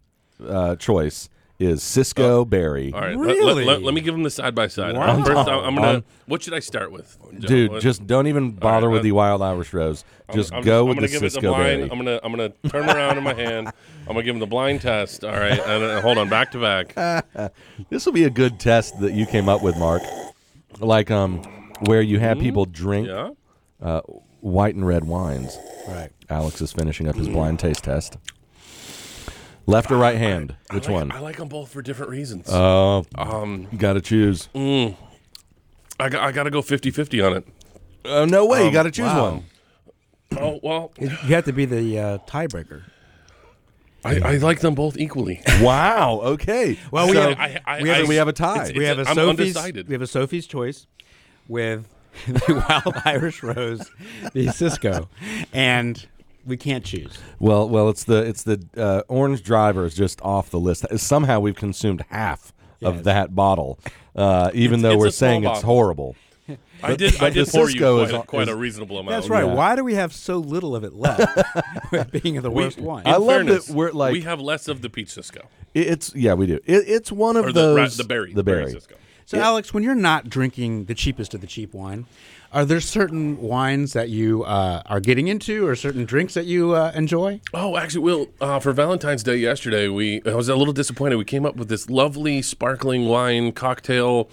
[SPEAKER 5] uh, choice is
[SPEAKER 4] Uh,
[SPEAKER 5] Cisco Berry.
[SPEAKER 4] All right, let- let-
[SPEAKER 6] Really?
[SPEAKER 4] let, let me give them the side by side.
[SPEAKER 6] Wow.
[SPEAKER 4] First, I'm, I'm gonna. What should I start with, Joe?
[SPEAKER 5] Um, Dude,
[SPEAKER 4] What-
[SPEAKER 5] just don't even bother
[SPEAKER 4] right,
[SPEAKER 5] with
[SPEAKER 4] uh,
[SPEAKER 5] the Wild Irish Rose. Just
[SPEAKER 4] I'm-
[SPEAKER 5] go
[SPEAKER 4] I'm
[SPEAKER 5] with
[SPEAKER 4] gonna
[SPEAKER 5] the
[SPEAKER 4] give
[SPEAKER 5] Cisco
[SPEAKER 4] it the blind.
[SPEAKER 5] Berry.
[SPEAKER 4] I'm gonna I'm gonna turn around in my hand. I'm gonna give him the blind test. All right, and, uh, hold on, back to back.
[SPEAKER 5] This will be a good test that you came up with, Mark. Like um, where you have people drink
[SPEAKER 4] Mm-hmm.
[SPEAKER 5] uh,
[SPEAKER 4] Yeah.
[SPEAKER 5] white and red wines. Right. Alex is finishing up his
[SPEAKER 4] Mm-hmm.
[SPEAKER 5] blind taste test. Left or right hand? Which
[SPEAKER 4] I like,
[SPEAKER 5] one?
[SPEAKER 4] I like them both for different reasons. Um, mm,
[SPEAKER 5] Oh, you got to choose.
[SPEAKER 4] I, got, I gotta go 50-50 on it.
[SPEAKER 5] Oh, no way!
[SPEAKER 4] um,
[SPEAKER 5] you got to choose one.
[SPEAKER 4] Oh well,
[SPEAKER 6] You have to be the uh, tiebreaker.
[SPEAKER 4] I, I like them both equally.
[SPEAKER 5] Wow. Okay.
[SPEAKER 6] Well, we
[SPEAKER 5] So-
[SPEAKER 6] have-
[SPEAKER 4] I- I-
[SPEAKER 5] we have,
[SPEAKER 4] I-
[SPEAKER 5] we have a tie.
[SPEAKER 4] it's-
[SPEAKER 6] we have a
[SPEAKER 4] I'm
[SPEAKER 6] Sophie's.
[SPEAKER 4] undecided.
[SPEAKER 6] We have a Sophie's choice with the wild Irish rose, the Cisco, and we can't choose.
[SPEAKER 5] well, well, it's the it's the uh, orange driver is just off the list. Somehow we've consumed half of that bottle, uh, even though
[SPEAKER 4] it's
[SPEAKER 5] we're
[SPEAKER 4] a small
[SPEAKER 5] saying it's
[SPEAKER 4] bottle.
[SPEAKER 5] horrible.
[SPEAKER 4] I did. I
[SPEAKER 5] but
[SPEAKER 4] did
[SPEAKER 5] the
[SPEAKER 4] pour you
[SPEAKER 5] Cisco
[SPEAKER 4] quite,
[SPEAKER 5] is
[SPEAKER 4] a,
[SPEAKER 5] all-
[SPEAKER 4] quite
[SPEAKER 5] is-
[SPEAKER 4] a reasonable amount.
[SPEAKER 6] That's right. Why do we have so little of it left? with being the worst wine.
[SPEAKER 5] I love that
[SPEAKER 4] Fairness,
[SPEAKER 5] we're, like-
[SPEAKER 4] we have less of the peach Cisco
[SPEAKER 5] It- it's yeah, we do. It, it's one of
[SPEAKER 4] or the ra-
[SPEAKER 5] those
[SPEAKER 4] the berry
[SPEAKER 5] the berry.
[SPEAKER 4] Cisco.
[SPEAKER 6] so, Alex, when you're not drinking the cheapest of the cheap wine, are there certain wines that you uh, are getting into, or certain drinks that you uh, enjoy?
[SPEAKER 4] Oh, actually, Will, uh, for Valentine's Day yesterday, we I was a little disappointed. We came up with this lovely sparkling wine cocktail,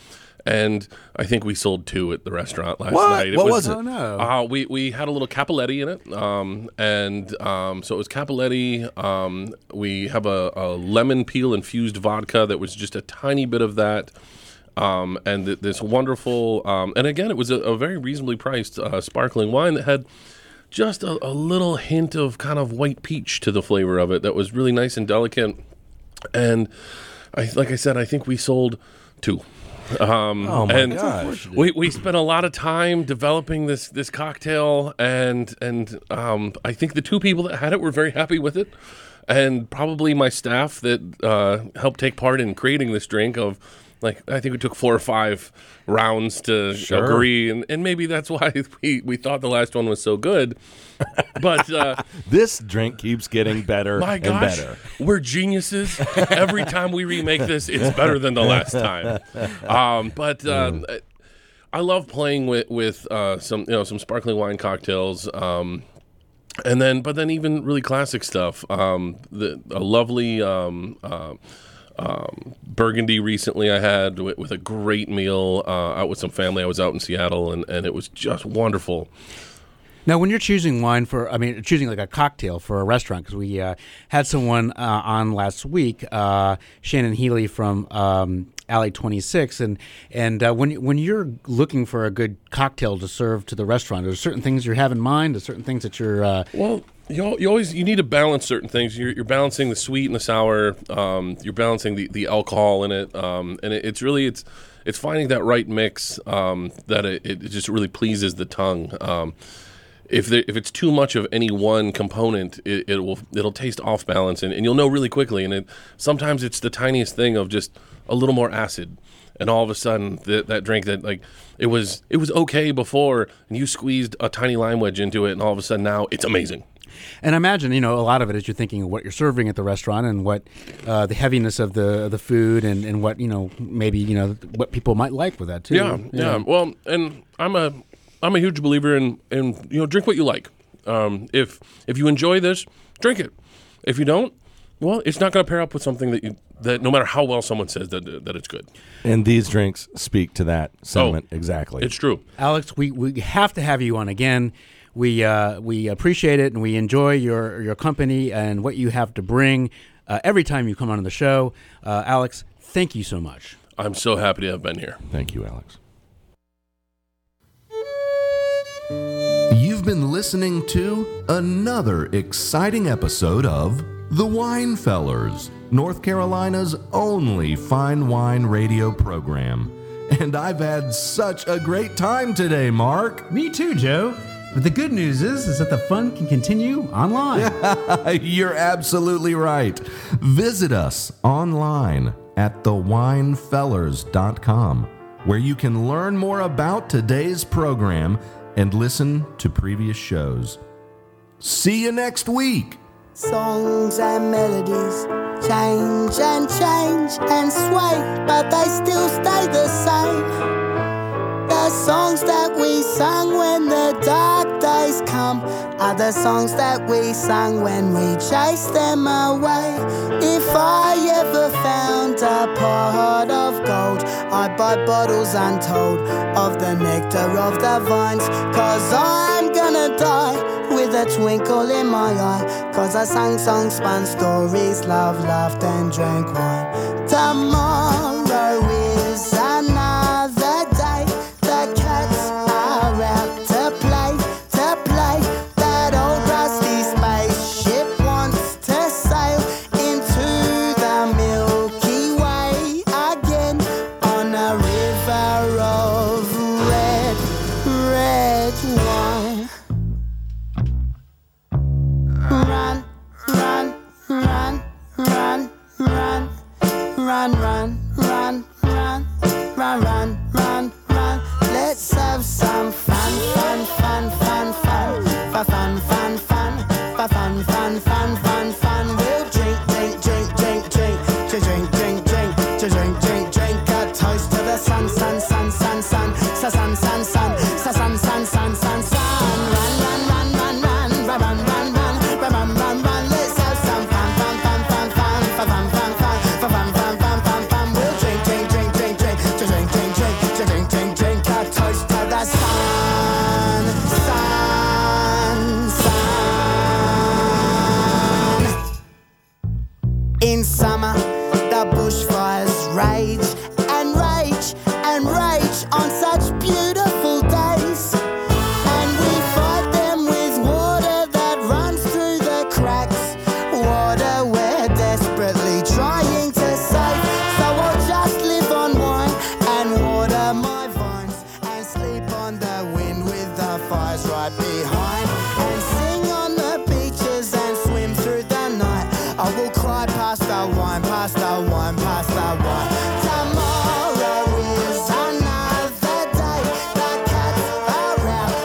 [SPEAKER 4] and I think we sold two at the restaurant last
[SPEAKER 5] What?
[SPEAKER 4] night.
[SPEAKER 5] What was it? Oh,
[SPEAKER 6] no.
[SPEAKER 4] Uh, we, we had a little Capoletti in it, um, and um, so it was Capoletti. Um, we have a, a lemon peel infused vodka that was just a tiny bit of that. Um, and th- this wonderful, um, and again, it was a, a very reasonably priced uh, sparkling wine that had just a, a little hint of kind of white peach to the flavor of it that was really nice and delicate. And I, like I said, I think we sold two. Um, oh my and
[SPEAKER 5] gosh.
[SPEAKER 4] We, we spent a lot of time developing this this cocktail, and and um, I think the two people that had it were very happy with it.
[SPEAKER 6] and probably my staff that uh, helped take part in creating this drink of like I think we took four or five rounds to agree, and, and maybe that's why we, we thought the last one was so good. But uh,
[SPEAKER 11] This drink keeps getting better
[SPEAKER 6] my
[SPEAKER 11] and
[SPEAKER 6] gosh,
[SPEAKER 11] better.
[SPEAKER 6] we're geniuses. Every time we remake this, it's better than the last time. Um, but uh, I love playing with with uh, some you know some sparkling wine cocktails. Um, and then but then even really classic stuff um the a lovely um uh, um, burgundy recently I had with, with a great meal uh, out with some family. I was out in Seattle and, and it was just wonderful.
[SPEAKER 4] Now, when you're choosing wine for, I mean, choosing like a cocktail for a restaurant, because we uh, had someone uh, on last week, uh, Shannon Healy from um, Alley 26, and and uh, when when you're looking for a good cocktail to serve to the restaurant, there's certain things you have in mind, there's certain things that you're. Uh,
[SPEAKER 6] Well, you, al- you always you need to balance certain things. You're, you're balancing the sweet and the sour. Um, you're balancing the, the alcohol in it, um, and it, it's really it's it's finding that right mix um, that it, it just really pleases the tongue. Um, if there, if it's too much of any one component, it, it will it'll taste off balance, and, and you'll know really quickly. And it, sometimes it's the tiniest thing of just a little more acid and all of a sudden th- that drink that like it was it was okay before and you squeezed a tiny lime wedge into it and all of a sudden now it's amazing
[SPEAKER 4] and I imagine you know a lot of it is you're thinking of what you're serving at the restaurant and what uh, the heaviness of the of the food and, and what you know maybe you know what people might like with that too.
[SPEAKER 6] yeah, yeah well and i'm a i'm a huge believer in in you know drink what you like um, if if you enjoy this drink it if you don't well it's not going to pair up with something that you that no matter how well someone says that that it's good
[SPEAKER 5] And these drinks speak to that
[SPEAKER 4] Oh.
[SPEAKER 5] sentiment exactly.
[SPEAKER 6] it's true
[SPEAKER 4] Alex, we, we have to have you on again. We uh, we appreciate it and we enjoy your your company and what you have to bring uh, every time you come on the show. Uh, Alex, thank you so much.
[SPEAKER 6] i'm so happy to have been here
[SPEAKER 5] Thank you, Alex.
[SPEAKER 1] You've been listening to another exciting episode of The Wine Fellers, North Carolina's only fine wine radio program. And I've had such a great time today, Mark.
[SPEAKER 12] Me too, Joe. But the good news is, is that the fun can continue online.
[SPEAKER 1] You're absolutely right. Visit us online at thewinefellers.com, where you can learn more about today's program and listen to previous shows. See you next week.
[SPEAKER 13] Songs and melodies change and change and sway, but they still stay the same. The songs that we sung when the dark days come are the songs that we sung when we chased them away. If I ever found a pot of gold, I'd buy bottles untold of the nectar of the vines, cause I'm gonna die with a twinkle in my eye. Cause I sang songs, spun stories, love, laughed, and drank wine. Tomorrow is another day. The cats are out to play, to play. That old rusty spaceship wants to sail into the Milky Way again on a river of red, red wine. Run, run, run, run, run, run, run, run, run, run, run, run, run. Let's have some fun, fun, fun, fun, fun, for fun, fun, fun, for fun, fun, fun, fun, fun. We'll drink, drink, drink, drink, drink, to drink, drink, drink, to drink, drink, drink. A toast to the sun, sun, sun, sun, sun, sun, sun, sun, sun, sun, sun, sun, sun, sun, sun. Run, run, run, run, run, run, run, run, run, run, run, run, run. Let's have some fun, fun, fun, fun, fun, for fun, fun, fun, for fun, fun, fun, fun, fun. We'll drink, drink, drink, drink, drink, to drink, drink, drink, to drink, drink, drink. A toast to the sun, sun, sun. In summer, the bushfires rage and rage and rage on such beautiful days. And we fight them with water that runs through the cracks. Water we're desperately trying to save. So I'll just live on wine and water my vines and sleep on the wind with the fires right behind. And